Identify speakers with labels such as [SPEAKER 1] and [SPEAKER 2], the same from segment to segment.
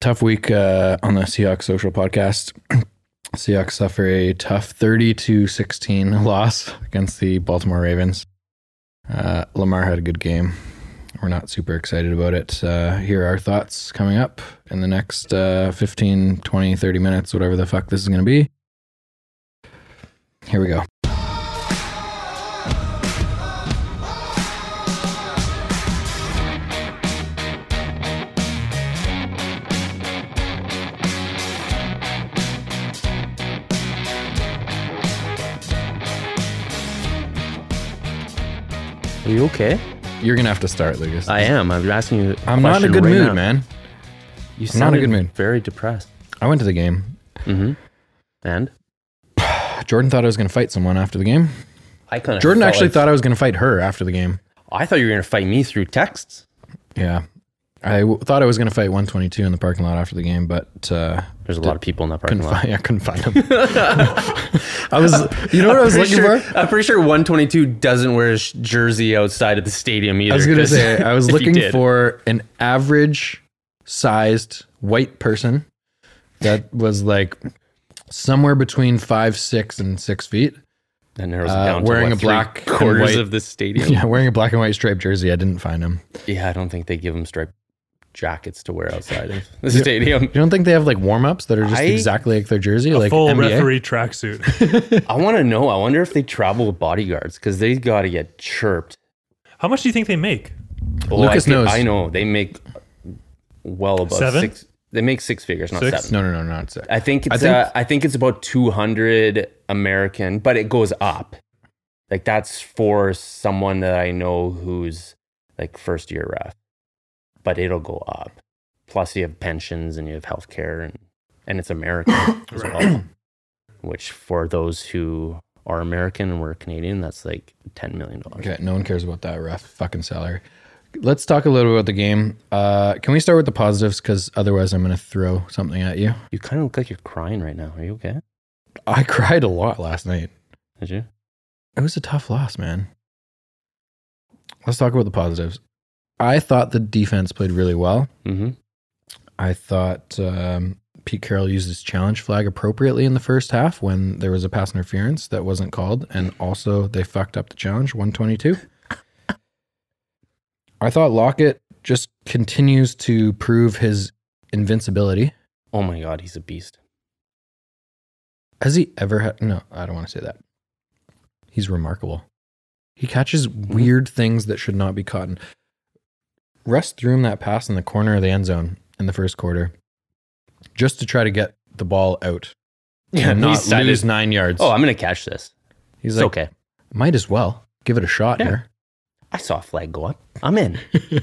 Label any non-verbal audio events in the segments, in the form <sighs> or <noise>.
[SPEAKER 1] tough week uh, on the Seahawks social podcast. <clears throat> Seahawks suffer a tough 32 16 loss against the Baltimore Ravens. Uh, Lamar had a good game. We're not super excited about it. Uh, here are our thoughts coming up in the next uh, 15, 20, 30 minutes, whatever the fuck this is going to be. Here we go.
[SPEAKER 2] Are you okay?
[SPEAKER 1] You're going to have to start, Lucas.
[SPEAKER 2] I am. I'm asking you.
[SPEAKER 1] I'm not in a
[SPEAKER 2] question
[SPEAKER 1] good
[SPEAKER 2] right
[SPEAKER 1] mood,
[SPEAKER 2] now.
[SPEAKER 1] man.
[SPEAKER 2] You
[SPEAKER 1] I'm not in a
[SPEAKER 2] sounded
[SPEAKER 1] good mood.
[SPEAKER 2] Very depressed.
[SPEAKER 1] I went to the game.
[SPEAKER 2] Mm-hmm. And
[SPEAKER 1] Jordan thought I was going to fight someone after the game.
[SPEAKER 2] I kind of
[SPEAKER 1] Jordan actually thought I was going to fight her after the game.
[SPEAKER 2] I thought you were gonna fight me through texts.
[SPEAKER 1] Yeah. I w- thought I was going to fight 122 in the parking lot after the game, but uh,
[SPEAKER 2] There's a lot of people in that parking
[SPEAKER 1] couldn't
[SPEAKER 2] lot.
[SPEAKER 1] find, <laughs> I couldn't find him. I was, you know what I was
[SPEAKER 2] Pretty
[SPEAKER 1] looking
[SPEAKER 2] sure,
[SPEAKER 1] for?
[SPEAKER 2] I'm pretty sure 122 doesn't wear his jersey outside of the stadium either.
[SPEAKER 1] I was going to
[SPEAKER 2] 'cause
[SPEAKER 1] say, I was
[SPEAKER 2] <laughs> if he
[SPEAKER 1] looking
[SPEAKER 2] did-
[SPEAKER 1] for an average sized white person that was like somewhere between five, six, and six feet. <laughs>
[SPEAKER 2] That narrows it
[SPEAKER 1] uh,
[SPEAKER 2] down to
[SPEAKER 1] wearing
[SPEAKER 2] what,
[SPEAKER 1] a
[SPEAKER 2] three
[SPEAKER 1] black and
[SPEAKER 2] quarters
[SPEAKER 1] white-
[SPEAKER 2] of the stadium.
[SPEAKER 1] <laughs> Yeah, wearing a black and white striped jersey. I didn't find him.
[SPEAKER 2] Yeah, I don't think they give them striped jackets to wear outside of the stadium.
[SPEAKER 1] You don't think they have like warm ups that are just
[SPEAKER 2] I-
[SPEAKER 1] exactly like their jersey?
[SPEAKER 3] A
[SPEAKER 1] like
[SPEAKER 3] full
[SPEAKER 1] NBA?
[SPEAKER 3] referee tracksuit.
[SPEAKER 2] I want to know. I wonder if they travel with bodyguards because they got to get chirped.
[SPEAKER 3] How much do you think they make?
[SPEAKER 2] Oh,
[SPEAKER 1] Lucas
[SPEAKER 2] I, thi-
[SPEAKER 1] knows.
[SPEAKER 2] I know they make well above
[SPEAKER 3] Seven?
[SPEAKER 2] six. They make six figures, not
[SPEAKER 3] Six?
[SPEAKER 2] seven.
[SPEAKER 1] No, no, no, not six.
[SPEAKER 2] I think it's I
[SPEAKER 1] think-
[SPEAKER 2] think, uh, I think it's about two hundred American, but it goes up. Like that's for someone that I know who's like first year ref, but it'll go up. Plus, you have pensions and you have healthcare, and and it's
[SPEAKER 3] <coughs>
[SPEAKER 2] American as well. Which for those who are American and we're Canadian, that's like ten million dollars.
[SPEAKER 1] Okay, no one cares about that rough fucking salary. Let's talk a little bit about the game. Uh, can we start with the positives? Because otherwise, I'm going to throw something at you.
[SPEAKER 2] You kind of look like you're crying right now. Are you okay?
[SPEAKER 1] I <laughs> cried a lot last night.
[SPEAKER 2] Did you?
[SPEAKER 1] It was a tough loss, man. Let's talk about the positives. I thought the defense played really well.
[SPEAKER 2] Mm-hmm.
[SPEAKER 1] I thought um, Pete Carroll used his challenge flag appropriately in the first half when there was a pass interference that wasn't called, and also they fucked up the challenge 122. I thought Lockett just continues to prove his invincibility.
[SPEAKER 2] Oh my God, he's a beast.
[SPEAKER 1] Has he ever had? No, I don't want to say that. He's remarkable. He catches
[SPEAKER 2] Mm-hmm.
[SPEAKER 1] weird things that should not be caught. And Russ threw him that pass in the corner of the end zone in the first quarter just to try to get the ball out.
[SPEAKER 2] Yeah,
[SPEAKER 1] and not
[SPEAKER 2] decided-
[SPEAKER 1] lose nine yards.
[SPEAKER 2] Oh, I'm gonna catch this.
[SPEAKER 1] he's
[SPEAKER 2] It's
[SPEAKER 1] like,
[SPEAKER 2] okay.
[SPEAKER 1] might as well give it a shot
[SPEAKER 2] Yeah.
[SPEAKER 1] here.
[SPEAKER 2] I saw a flag go up. I'm in. <laughs> I'm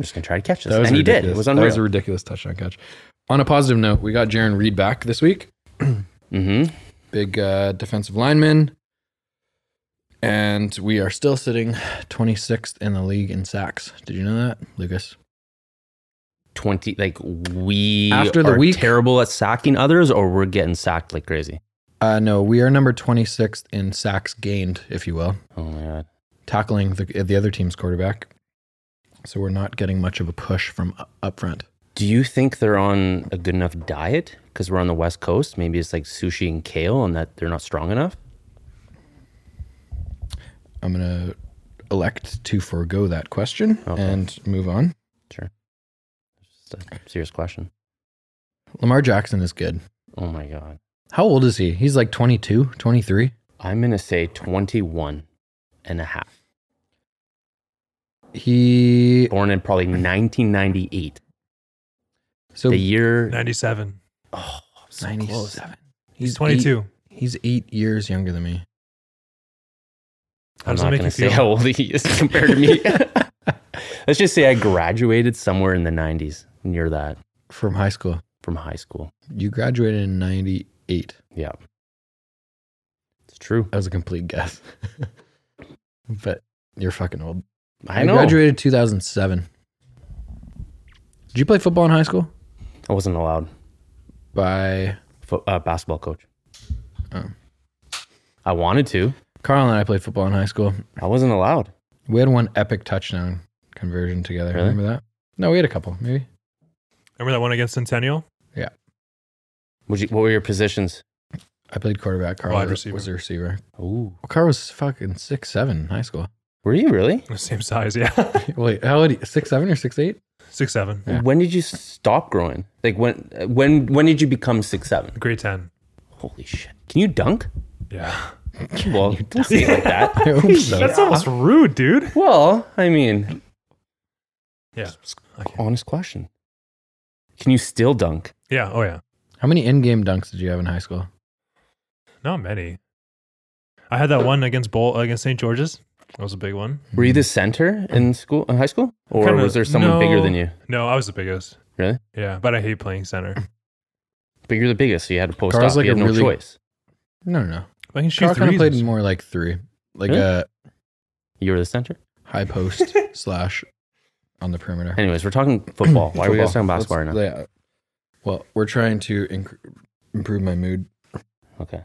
[SPEAKER 2] just gonna try to catch this,
[SPEAKER 1] That was
[SPEAKER 2] and he did. It
[SPEAKER 1] ridiculous.
[SPEAKER 2] was
[SPEAKER 1] That
[SPEAKER 2] unreal.
[SPEAKER 1] was a ridiculous touchdown catch. On a positive note, we got Jaron Reed back this week.
[SPEAKER 2] mm-hmm.
[SPEAKER 1] big uh, defensive lineman. And we are still sitting 26th in the league in sacks. Did you know that, Lucas?
[SPEAKER 2] Twenty, like we
[SPEAKER 1] After the
[SPEAKER 2] are
[SPEAKER 1] week-
[SPEAKER 2] terrible at sacking others, or we're getting sacked like crazy.
[SPEAKER 1] Uh, no, we are number 26th in sacks gained, if you will,
[SPEAKER 2] Oh my god,
[SPEAKER 1] tackling the, the other team's quarterback. So we're not getting much of a push from u- up front.
[SPEAKER 2] do you think they're on a good enough diet? Because we're on the west coast, maybe it's like sushi and kale, and that they're not strong enough.
[SPEAKER 1] I'm going to elect to forego that question
[SPEAKER 2] Okay.
[SPEAKER 1] and move on.
[SPEAKER 2] It's a serious question.
[SPEAKER 1] Lamar Jackson is good.
[SPEAKER 2] Oh my god,
[SPEAKER 1] How old is he? He's like 22, 23.
[SPEAKER 2] I'm gonna say 21 and a half.
[SPEAKER 1] He.
[SPEAKER 2] Born in probably 1998,
[SPEAKER 1] So
[SPEAKER 2] the year.
[SPEAKER 3] 97.
[SPEAKER 2] oh, so close.
[SPEAKER 1] 97.
[SPEAKER 3] He's 22.
[SPEAKER 1] He's eight years younger than me.
[SPEAKER 3] How
[SPEAKER 2] I'm
[SPEAKER 3] does
[SPEAKER 2] not
[SPEAKER 3] that make
[SPEAKER 2] going to say
[SPEAKER 3] you feel?
[SPEAKER 2] how old he is <laughs> compared to
[SPEAKER 3] <laughs>
[SPEAKER 2] me. Let's just say I graduated somewhere in the 90s, near that,
[SPEAKER 1] From high school.
[SPEAKER 2] from high school.
[SPEAKER 1] You graduated in 98.
[SPEAKER 2] Yeah. It's true.
[SPEAKER 1] That was a complete guess. <laughs> but you're fucking old.
[SPEAKER 2] I know.
[SPEAKER 1] graduated 2007. Did you play football in high school?
[SPEAKER 2] I wasn't allowed.
[SPEAKER 1] By
[SPEAKER 2] Fo- uh, basketball coach.
[SPEAKER 1] Oh.
[SPEAKER 2] I wanted to.
[SPEAKER 1] Carl and I played football in high school.
[SPEAKER 2] I wasn't allowed.
[SPEAKER 1] We had one epic touchdown conversion together.
[SPEAKER 2] Really?
[SPEAKER 1] Remember that? No, we had a couple, maybe.
[SPEAKER 3] Remember that one against Centennial?
[SPEAKER 2] Would you, what were your positions?
[SPEAKER 1] I played quarterback. Carl
[SPEAKER 3] Wide
[SPEAKER 1] was-
[SPEAKER 3] receiver.
[SPEAKER 1] was a receiver.
[SPEAKER 2] Ooh,
[SPEAKER 1] Well, Carl was fucking six seven in high school. <laughs>
[SPEAKER 2] were you really?
[SPEAKER 3] The same size, yeah. <laughs>
[SPEAKER 1] Wait, how old? Are you, six seven or six eight?
[SPEAKER 3] Six seven.
[SPEAKER 1] Yeah.
[SPEAKER 2] When did you stop growing? Like when uh, when when did you become six seven?
[SPEAKER 3] Grade ten.
[SPEAKER 2] Holy shit! Can you
[SPEAKER 3] <laughs>
[SPEAKER 2] dunk?
[SPEAKER 3] Yeah.
[SPEAKER 2] Well, don't say it like that.
[SPEAKER 3] <laughs>
[SPEAKER 1] I hope so.
[SPEAKER 3] That's almost rude, dude.
[SPEAKER 2] Well, I mean,
[SPEAKER 3] Yeah. Okay.
[SPEAKER 2] honest question. Can you still dunk?
[SPEAKER 3] Yeah. Oh yeah.
[SPEAKER 1] How many in-game dunks did you have in high school?
[SPEAKER 3] Not many. I had that one against Bowl against St. George's. That was a big one.
[SPEAKER 2] Were you
[SPEAKER 1] Hmm.
[SPEAKER 2] the center in school, in high school, or
[SPEAKER 3] Kinda-
[SPEAKER 2] was there someone
[SPEAKER 3] no.
[SPEAKER 2] bigger than you?
[SPEAKER 3] No, I was the biggest.
[SPEAKER 2] Really?
[SPEAKER 3] Yeah, but I hate playing center.
[SPEAKER 2] But you're the biggest, so you had to post
[SPEAKER 1] Carl's
[SPEAKER 2] up.
[SPEAKER 1] like
[SPEAKER 2] you had
[SPEAKER 1] a
[SPEAKER 2] no
[SPEAKER 1] really-
[SPEAKER 2] choice.
[SPEAKER 1] No, no. no.
[SPEAKER 3] I can shoot
[SPEAKER 1] Carl kind of played
[SPEAKER 3] threes.
[SPEAKER 1] more like three, like
[SPEAKER 2] Really?
[SPEAKER 1] a
[SPEAKER 2] You were the center.
[SPEAKER 1] high <laughs> post slash on the perimeter.
[SPEAKER 2] Anyways,
[SPEAKER 1] <clears throat>
[SPEAKER 2] we're talking football. Why are we guys talking
[SPEAKER 1] Football.
[SPEAKER 2] basketball right now?
[SPEAKER 1] Let's- yeah. Well, we're trying to inc- improve my mood.
[SPEAKER 2] Okay.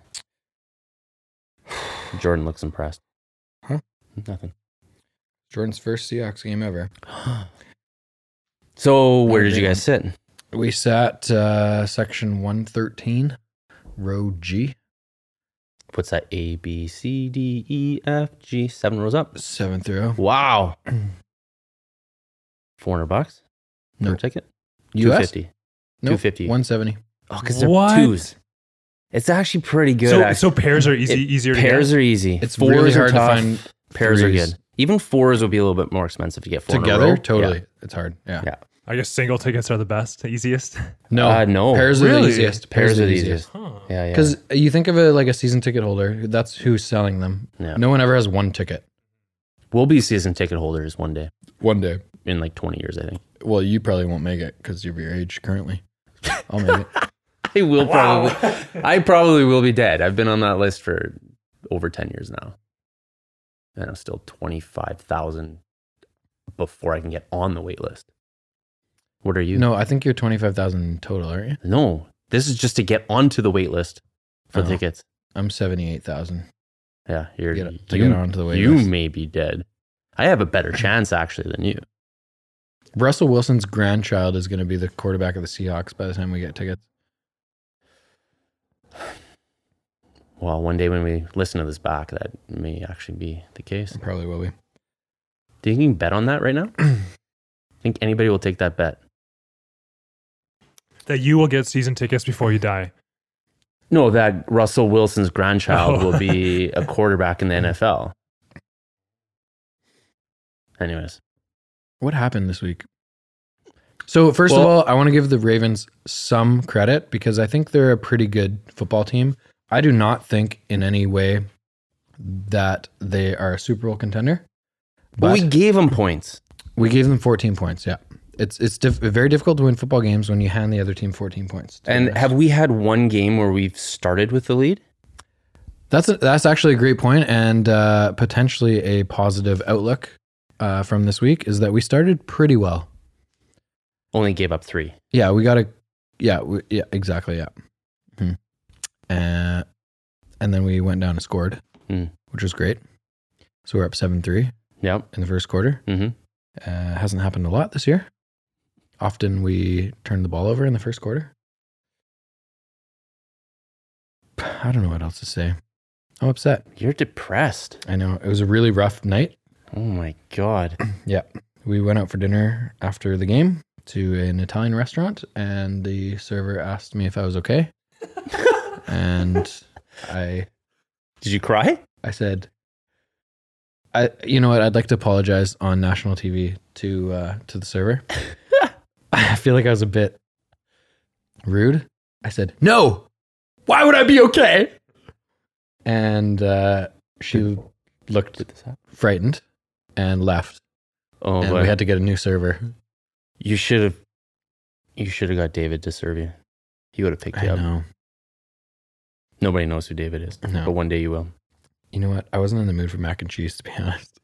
[SPEAKER 1] <sighs>
[SPEAKER 2] Jordan looks impressed.
[SPEAKER 1] Huh?
[SPEAKER 2] Nothing.
[SPEAKER 1] Jordan's first Seahawks game ever.
[SPEAKER 2] So where did you
[SPEAKER 1] Agreed.
[SPEAKER 2] guys sit?
[SPEAKER 1] We sat uh, section 113, row G,
[SPEAKER 2] What's that? A B C D E F G. Seven rows up.
[SPEAKER 1] seventh row.
[SPEAKER 2] Wow. <clears throat> Four hundred bucks per
[SPEAKER 1] No.
[SPEAKER 2] ticket. Two
[SPEAKER 1] US?
[SPEAKER 2] fifty.
[SPEAKER 1] Nope,
[SPEAKER 2] 250.
[SPEAKER 1] 170.
[SPEAKER 2] Oh, because they're
[SPEAKER 3] What?
[SPEAKER 2] twos. It's actually pretty good.
[SPEAKER 3] so,
[SPEAKER 2] actually.
[SPEAKER 3] so pairs are easy,
[SPEAKER 2] It-
[SPEAKER 3] easier
[SPEAKER 2] pairs
[SPEAKER 3] to
[SPEAKER 2] are easy.
[SPEAKER 1] It's really hard to
[SPEAKER 2] tough.
[SPEAKER 1] find
[SPEAKER 2] Pairs are
[SPEAKER 1] threes.
[SPEAKER 2] good. Even fours would be a little bit more expensive to get four in a row.
[SPEAKER 1] Together, totally.
[SPEAKER 2] Yeah.
[SPEAKER 1] It's hard. Yeah.
[SPEAKER 2] Yeah.
[SPEAKER 3] get. I guess single tickets are the
[SPEAKER 2] <laughs>
[SPEAKER 3] best, easiest.
[SPEAKER 1] No,
[SPEAKER 2] Uh, no.
[SPEAKER 1] pairs are the
[SPEAKER 3] Really?
[SPEAKER 1] easiest.
[SPEAKER 2] Pairs are the easiest.
[SPEAKER 3] Huh.
[SPEAKER 2] Yeah, yeah.
[SPEAKER 1] Because you think of it like a season ticket holder, that's who's selling them.
[SPEAKER 2] Yeah.
[SPEAKER 1] No one ever has one ticket.
[SPEAKER 2] we'll be season ticket holders one day
[SPEAKER 1] One day.
[SPEAKER 2] in like 20 years, I think.
[SPEAKER 1] Well, you probably won't make it because you're your age
[SPEAKER 2] <laughs>
[SPEAKER 1] currently. I'll make it.
[SPEAKER 2] I will
[SPEAKER 3] Wow. <laughs>
[SPEAKER 2] probably. I probably will be dead. I've been on that list for over 10 years now, and I'm still 25,000 before I can get on the wait list. What are you?
[SPEAKER 1] No, I think you're 25,000 total, aren't you?
[SPEAKER 2] no. This is just to get onto the wait list for
[SPEAKER 1] Oh.
[SPEAKER 2] tickets.
[SPEAKER 1] I'm 78,000.
[SPEAKER 2] Yeah, you're
[SPEAKER 1] To get- to
[SPEAKER 2] you,
[SPEAKER 1] get onto the wait
[SPEAKER 2] You
[SPEAKER 1] list.
[SPEAKER 2] may be dead. I have
[SPEAKER 1] <laughs>
[SPEAKER 2] a better chance actually than you.
[SPEAKER 1] Russell Wilson's grandchild is going to be the quarterback of the Seahawks by the time we get tickets.
[SPEAKER 2] Well, one day when we listen to this back, that may actually be the case.
[SPEAKER 1] Probably will be.
[SPEAKER 2] Do you think you can bet on that
[SPEAKER 1] <clears throat>
[SPEAKER 2] right now? think anybody will take that bet?
[SPEAKER 3] That you will get season tickets before you die.
[SPEAKER 2] No, that Russell Wilson's grandchild
[SPEAKER 3] Oh.
[SPEAKER 2] will be <laughs> a quarterback in the NFL. Anyways,
[SPEAKER 1] What happened this week? So, first of
[SPEAKER 2] Well-
[SPEAKER 1] all, I want to give the Ravens some credit because I think they're a pretty good football team. I do not think in any way that they are a Super Bowl contender.
[SPEAKER 2] but we gave him points.
[SPEAKER 1] We gave them 14 points. Yeah. It's it's diff- very difficult to win football games when you hand the other team 14 points. to be
[SPEAKER 2] And
[SPEAKER 1] honest.
[SPEAKER 2] have we had one game where we've started with the lead?
[SPEAKER 1] that's a, that's actually a great point and uh, potentially a positive outlook uh, from this week is that we started pretty well.
[SPEAKER 2] Only gave up three.
[SPEAKER 1] Yeah, we got a yeah, we, yeah, exactly, yeah. Mhm. Uh, and then we went down and scored,
[SPEAKER 2] Hmm.
[SPEAKER 1] which was great. So we're up 7-3
[SPEAKER 2] Yep.
[SPEAKER 1] in the first quarter.
[SPEAKER 2] Mm-hmm.
[SPEAKER 1] Uh, hasn't happened a lot this year. Often we turn the ball over in the first quarter. I don't know what else to say. I'm upset.
[SPEAKER 2] You're depressed.
[SPEAKER 1] I know it was a really rough night.
[SPEAKER 2] Oh my <clears throat> god.
[SPEAKER 1] We went out for dinner after the game to an Italian restaurant, and the server asked me if I was okay, and I
[SPEAKER 2] Did you cry?
[SPEAKER 1] I said, I you know what? I'd like to apologize on national TV to uh, to the server. <laughs> I feel like I was a bit rude. I said, no. Why would I be okay? And uh, she looked
[SPEAKER 2] this happen?
[SPEAKER 1] frightened and left.
[SPEAKER 2] Oh,
[SPEAKER 1] and
[SPEAKER 2] but
[SPEAKER 1] we had to get a new server.
[SPEAKER 2] you should have. You should have got David to serve you. He would have picked
[SPEAKER 1] I
[SPEAKER 2] you up.
[SPEAKER 1] know.
[SPEAKER 2] Nobody knows who David is,
[SPEAKER 1] No.
[SPEAKER 2] but one day you will.
[SPEAKER 1] You know what? I wasn't in the mood for mac and cheese, to be <laughs> honest.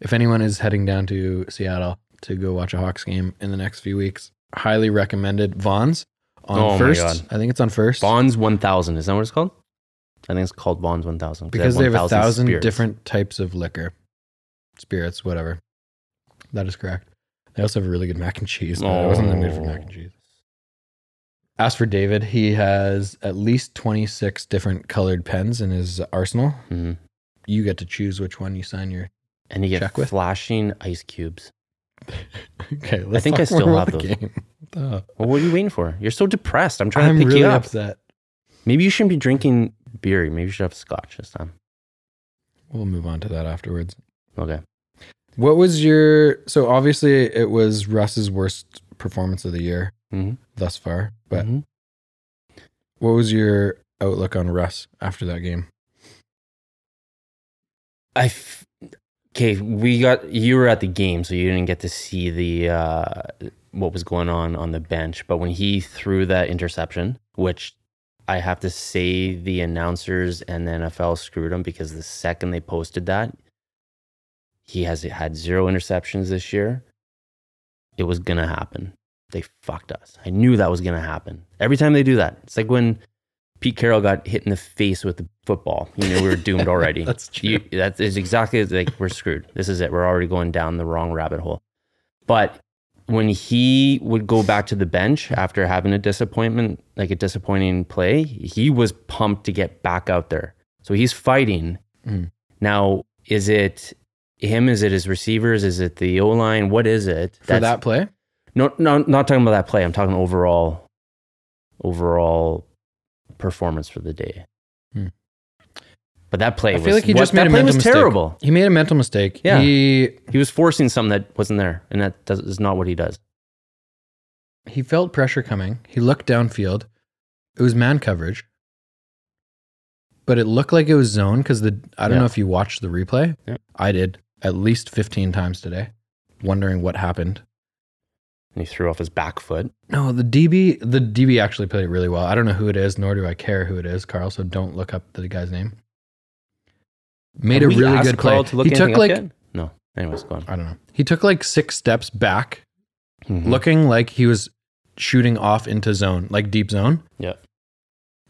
[SPEAKER 1] If anyone is heading down to Seattle to go watch a Hawks game in the next few weeks, highly recommended Vaughn's on
[SPEAKER 2] Oh my
[SPEAKER 1] first.
[SPEAKER 2] God.
[SPEAKER 1] I think it's on first
[SPEAKER 2] Bonds One Thousand is that what it's called? I think it's called Bonds One Thousand
[SPEAKER 1] because they have a
[SPEAKER 2] 1,000
[SPEAKER 1] thousand
[SPEAKER 2] spirits.
[SPEAKER 1] different types of liquor, spirits, whatever. That is correct. They also have really good mac and cheese. But I wasn't in the mood for mac
[SPEAKER 2] Oh.
[SPEAKER 1] and cheese. As for David, he has at least 26 different colored pens in his arsenal.
[SPEAKER 2] hmm
[SPEAKER 1] You get to choose which one you sign your.
[SPEAKER 2] And you get
[SPEAKER 1] Check with.
[SPEAKER 2] flashing ice cubes.
[SPEAKER 1] Okay, let's
[SPEAKER 2] think I
[SPEAKER 1] talk more
[SPEAKER 2] still
[SPEAKER 1] about
[SPEAKER 2] have
[SPEAKER 1] the
[SPEAKER 2] those.
[SPEAKER 1] game. Duh.
[SPEAKER 2] Well, what are you waiting for? You're so depressed. I'm trying
[SPEAKER 1] Uh, I'm
[SPEAKER 2] to pick
[SPEAKER 1] really
[SPEAKER 2] you up.
[SPEAKER 1] upset.
[SPEAKER 2] Maybe you shouldn't be drinking beer. Maybe you should have scotch this time.
[SPEAKER 1] We'll move on to that afterwards.
[SPEAKER 2] Okay.
[SPEAKER 1] What was your? So obviously, it was Russ's worst performance of the year
[SPEAKER 2] Mhm.
[SPEAKER 1] thus far. But
[SPEAKER 2] Mhm. Mm-hmm.
[SPEAKER 1] what was your outlook on Russ after that game?
[SPEAKER 2] I f- okay, we got you were at the game, so you didn't get to see the uh, what was going on on the bench. But when he threw that interception, which I have to say, the announcers and the NFL screwed him because the second they posted that, he has had zero interceptions this year. It was gonna happen. They fucked us. I knew that was gonna happen. Every time they do that, it's like when Pete Carroll got hit in the face with the football. You know we were doomed
[SPEAKER 1] <laughs>
[SPEAKER 2] already.
[SPEAKER 1] That's true.
[SPEAKER 2] You, that is exactly like we're screwed. This is it. We're already going down the wrong rabbit hole. But when he would go back to the bench after having a disappointment, like a disappointing play, he was pumped to get back out there. So he's fighting.
[SPEAKER 1] Mm.
[SPEAKER 2] Now, is it him? Is it his receivers? Is it the O line? What is it?
[SPEAKER 1] For that play,
[SPEAKER 2] No, no, not talking about that play. I'm talking overall, overall performance for the day.
[SPEAKER 1] Hmm.
[SPEAKER 2] But that play
[SPEAKER 1] I
[SPEAKER 2] was
[SPEAKER 1] feel like he
[SPEAKER 2] what-
[SPEAKER 1] just made
[SPEAKER 2] that
[SPEAKER 1] a
[SPEAKER 2] play
[SPEAKER 1] mental
[SPEAKER 2] was
[SPEAKER 1] mistake.
[SPEAKER 2] terrible.
[SPEAKER 1] He made a mental mistake.
[SPEAKER 2] Yeah.
[SPEAKER 1] He
[SPEAKER 2] He was forcing something that wasn't there, and that does, is not what he does.
[SPEAKER 1] he felt pressure coming. He looked downfield. It was man coverage. But it looked like it was zone because the I don't
[SPEAKER 2] Yeah.
[SPEAKER 1] know if you watched the replay.
[SPEAKER 2] Yeah.
[SPEAKER 1] I did at least 15 times today, wondering what happened.
[SPEAKER 2] And he threw off his back foot.
[SPEAKER 1] No, the DB the DB actually played it really well. I don't know who it is, nor do I care who it is, Carl. So don't look up the guy's name. Made
[SPEAKER 2] Have
[SPEAKER 1] a
[SPEAKER 2] we
[SPEAKER 1] really
[SPEAKER 2] asked
[SPEAKER 1] good play.
[SPEAKER 2] Carl to look
[SPEAKER 1] he took
[SPEAKER 2] anything up
[SPEAKER 1] like
[SPEAKER 2] yet? no. Anyways, go on.
[SPEAKER 1] I don't know. He took like six steps back,
[SPEAKER 2] Mhm.
[SPEAKER 1] looking like he was shooting off into zone, like deep zone.
[SPEAKER 2] Yeah.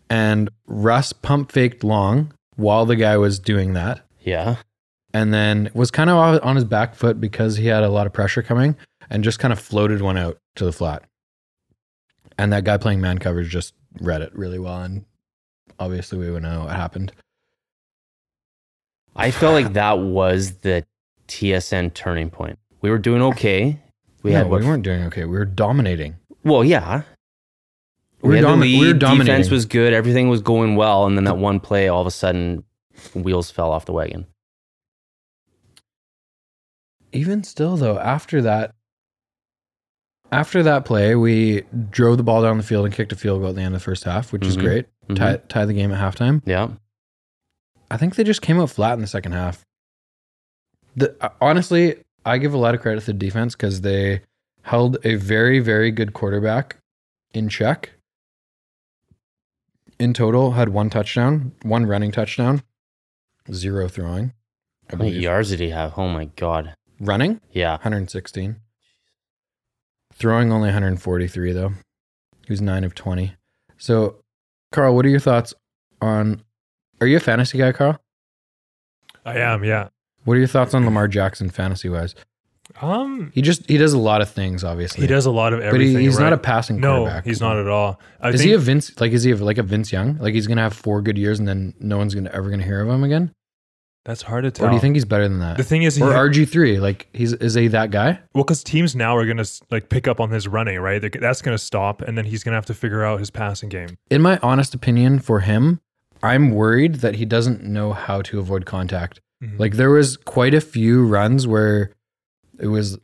[SPEAKER 1] And Russ pump faked long while the guy was doing that.
[SPEAKER 2] Yeah.
[SPEAKER 1] and then was kind of on his back foot because he had a lot of pressure coming and just kind of floated one out to the flat. And that guy playing man coverage just read it really well. And obviously, we would know what happened.
[SPEAKER 2] I felt like that was the TSN turning point. We were doing okay. We
[SPEAKER 1] no,
[SPEAKER 2] had what,
[SPEAKER 1] we weren't doing okay. We were dominating.
[SPEAKER 2] well, yeah.
[SPEAKER 1] We were,
[SPEAKER 2] had the
[SPEAKER 1] domi- we were
[SPEAKER 2] lead,
[SPEAKER 1] dominating.
[SPEAKER 2] Defense was good. Everything was going well, and then that one play, all of a sudden, wheels fell off the wagon.
[SPEAKER 1] Even still, though, after that, after that play, we drove the ball down the field and kicked a field goal at the end of the first half, which is
[SPEAKER 2] Mhm.
[SPEAKER 1] great.
[SPEAKER 2] Mhm.
[SPEAKER 1] Tie, tie the game at halftime.
[SPEAKER 2] Yeah.
[SPEAKER 1] I think they just came out flat in the second half. The, uh, honestly, I give a lot of credit to the defense because they held a very, very good quarterback in check. In total, had one touchdown, one running touchdown, zero throwing. I
[SPEAKER 2] How many
[SPEAKER 1] believe.
[SPEAKER 2] yards did he have? Oh my god.
[SPEAKER 1] Running,
[SPEAKER 2] Yeah.
[SPEAKER 1] 116. Throwing only 143, though. He was 9 of 20. So, Carl, what are your thoughts on. Are you a fantasy guy, Carl?
[SPEAKER 3] I am, yeah.
[SPEAKER 1] What are your thoughts on Lamar Jackson fantasy wise?
[SPEAKER 3] Um,
[SPEAKER 1] He just he does a lot of things, obviously.
[SPEAKER 3] he does a lot of
[SPEAKER 1] but
[SPEAKER 3] everything.
[SPEAKER 1] he, he's not a
[SPEAKER 3] right?
[SPEAKER 1] passing
[SPEAKER 3] no.
[SPEAKER 1] quarterback.
[SPEAKER 3] He's not at all. I
[SPEAKER 1] is
[SPEAKER 3] think,
[SPEAKER 1] he a Vince? Like, is he a, like a Vince Young? Like, he's gonna have four good years, and then no one's gonna ever gonna hear of him again.
[SPEAKER 3] That's hard to tell.
[SPEAKER 1] Or do you think he's better than that?
[SPEAKER 3] The thing is, he,
[SPEAKER 1] or
[SPEAKER 3] well,
[SPEAKER 1] RG three? Like, he's is he that guy?
[SPEAKER 3] because teams now are gonna like pick up on his running, right? They're- That's gonna stop, and then he's gonna have to figure out his passing game.
[SPEAKER 1] In my honest opinion, for him, I'm worried that he doesn't know how to avoid contact.
[SPEAKER 3] Mhm.
[SPEAKER 1] Like, there was quite a few runs where it was.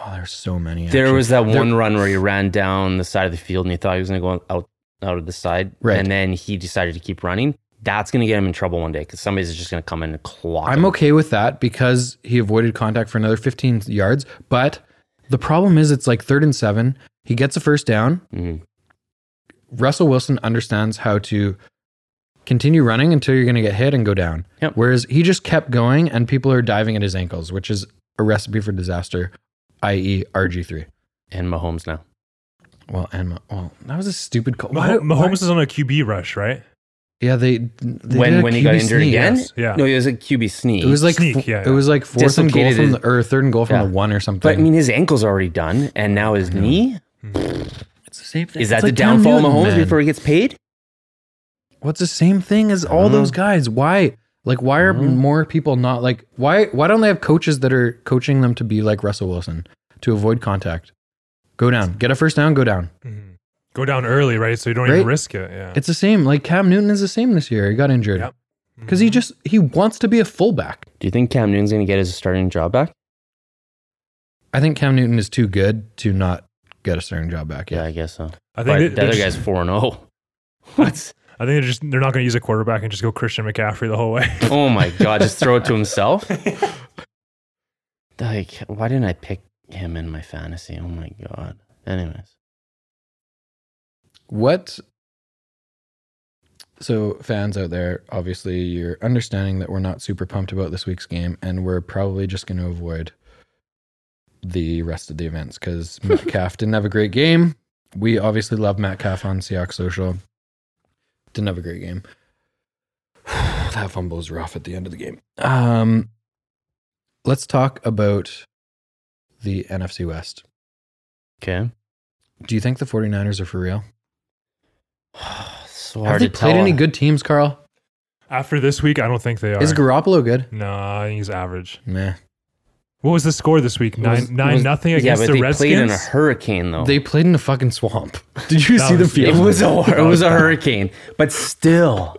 [SPEAKER 1] Oh, there's so many.
[SPEAKER 2] There
[SPEAKER 1] actually.
[SPEAKER 2] was that
[SPEAKER 1] There-
[SPEAKER 2] one run where he ran down the side of the field and he thought he was going to go out out of the side,
[SPEAKER 1] Right.
[SPEAKER 2] and then he decided to keep running. That's going to get him in trouble one day because somebody's just going to come in and clock.
[SPEAKER 1] I'm
[SPEAKER 2] him.
[SPEAKER 1] okay with that because he avoided contact for another 15 yards. But the problem is, it's like third and seven. He gets a first down.
[SPEAKER 2] Mhm.
[SPEAKER 1] Russell Wilson understands how to continue running until you're going to get hit and go down.
[SPEAKER 2] Yep.
[SPEAKER 1] Whereas he just kept going and people are diving at his ankles, which is a recipe for disaster, i.e., RG3.
[SPEAKER 2] And Mahomes now.
[SPEAKER 1] Well, and well, that was a stupid call. Why-
[SPEAKER 3] Mah- Mahomes is on a QB rush, right?
[SPEAKER 1] Yeah, they, they
[SPEAKER 2] when
[SPEAKER 1] did a
[SPEAKER 2] when he got
[SPEAKER 1] QB
[SPEAKER 2] injured
[SPEAKER 1] sneak.
[SPEAKER 2] again.
[SPEAKER 3] Yeah.
[SPEAKER 2] No, it was a QB sneak.
[SPEAKER 1] It was like
[SPEAKER 3] Sneak,
[SPEAKER 1] f-
[SPEAKER 3] yeah,
[SPEAKER 1] it was like fourth and goal from
[SPEAKER 2] Dislocated.
[SPEAKER 1] the or third and goal from
[SPEAKER 2] Yeah.
[SPEAKER 1] the one or something.
[SPEAKER 2] but I mean, his ankle's already done, and now his knee.
[SPEAKER 1] it's the same thing.
[SPEAKER 2] Is
[SPEAKER 1] It's
[SPEAKER 2] that the
[SPEAKER 1] like Cam
[SPEAKER 2] downfall of
[SPEAKER 1] Newton,
[SPEAKER 2] Mahomes
[SPEAKER 1] man.
[SPEAKER 2] before he gets paid?
[SPEAKER 1] What's the same thing as all
[SPEAKER 2] don't
[SPEAKER 1] those guys? Why? Like, why are
[SPEAKER 2] Mhm.
[SPEAKER 1] more people not like? Why? Why don't they have coaches that are coaching them to be like Russell Wilson to avoid contact? Go down, get a first down, go down.
[SPEAKER 3] Mhm. Go down early, right? So you don't
[SPEAKER 1] Right?
[SPEAKER 3] even risk it. Yeah.
[SPEAKER 1] It's the same. Like Cam Newton is the same this year. He got injured
[SPEAKER 3] Yep.
[SPEAKER 1] because
[SPEAKER 2] Mm-hmm.
[SPEAKER 1] he just he wants to be a fullback.
[SPEAKER 2] Do you think Cam Newton's going to get his starting job back?
[SPEAKER 1] I think Cam Newton is too good to not get a starting job back.
[SPEAKER 2] Yeah,
[SPEAKER 1] Yeah,
[SPEAKER 2] I guess so.
[SPEAKER 3] I think
[SPEAKER 2] But
[SPEAKER 3] they,
[SPEAKER 2] the
[SPEAKER 3] they
[SPEAKER 2] other
[SPEAKER 3] just-
[SPEAKER 2] guy's four and oh.
[SPEAKER 3] <laughs>
[SPEAKER 2] zero. What's
[SPEAKER 3] I think they're just they're not going to use a quarterback and just go Christian McCaffrey the whole way.
[SPEAKER 2] <laughs>
[SPEAKER 3] <laughs>
[SPEAKER 2] Oh my god, just throw it to himself. like, why didn't I pick him in my fantasy? Oh my god. Anyways,
[SPEAKER 1] What? So, fans out there, obviously, you're understanding that we're not super pumped about this week's game, and we're probably just going to avoid the rest of the events because Metcalf didn't have a great game. We obviously love Metcalf on Seahawks Social. Didn't have a great game. <sighs> that fumble was rough at the end of the game. Um, let's talk about the NFC West.
[SPEAKER 2] okay. <sighs>
[SPEAKER 1] Do you think the 49ers are for real?
[SPEAKER 2] so
[SPEAKER 1] Have
[SPEAKER 2] hard
[SPEAKER 1] they
[SPEAKER 2] to
[SPEAKER 1] played
[SPEAKER 2] tell.
[SPEAKER 1] any good teams, Carl?
[SPEAKER 3] After this week, I don't think they are.
[SPEAKER 1] Is Garoppolo good?
[SPEAKER 3] nah, I think he's average.
[SPEAKER 1] Nah.
[SPEAKER 3] What was the score this week? Nine
[SPEAKER 2] Was-
[SPEAKER 3] nine
[SPEAKER 2] was-
[SPEAKER 3] nothing
[SPEAKER 2] yeah,
[SPEAKER 3] against
[SPEAKER 2] but
[SPEAKER 3] the
[SPEAKER 2] they
[SPEAKER 3] Redskins.
[SPEAKER 2] played in a hurricane though.
[SPEAKER 1] They played in a fucking swamp. <laughs> Did you
[SPEAKER 3] That
[SPEAKER 1] see the
[SPEAKER 3] was-
[SPEAKER 1] field?
[SPEAKER 2] <laughs> it was a <laughs> it was a
[SPEAKER 3] That was bad.
[SPEAKER 2] hurricane, but still,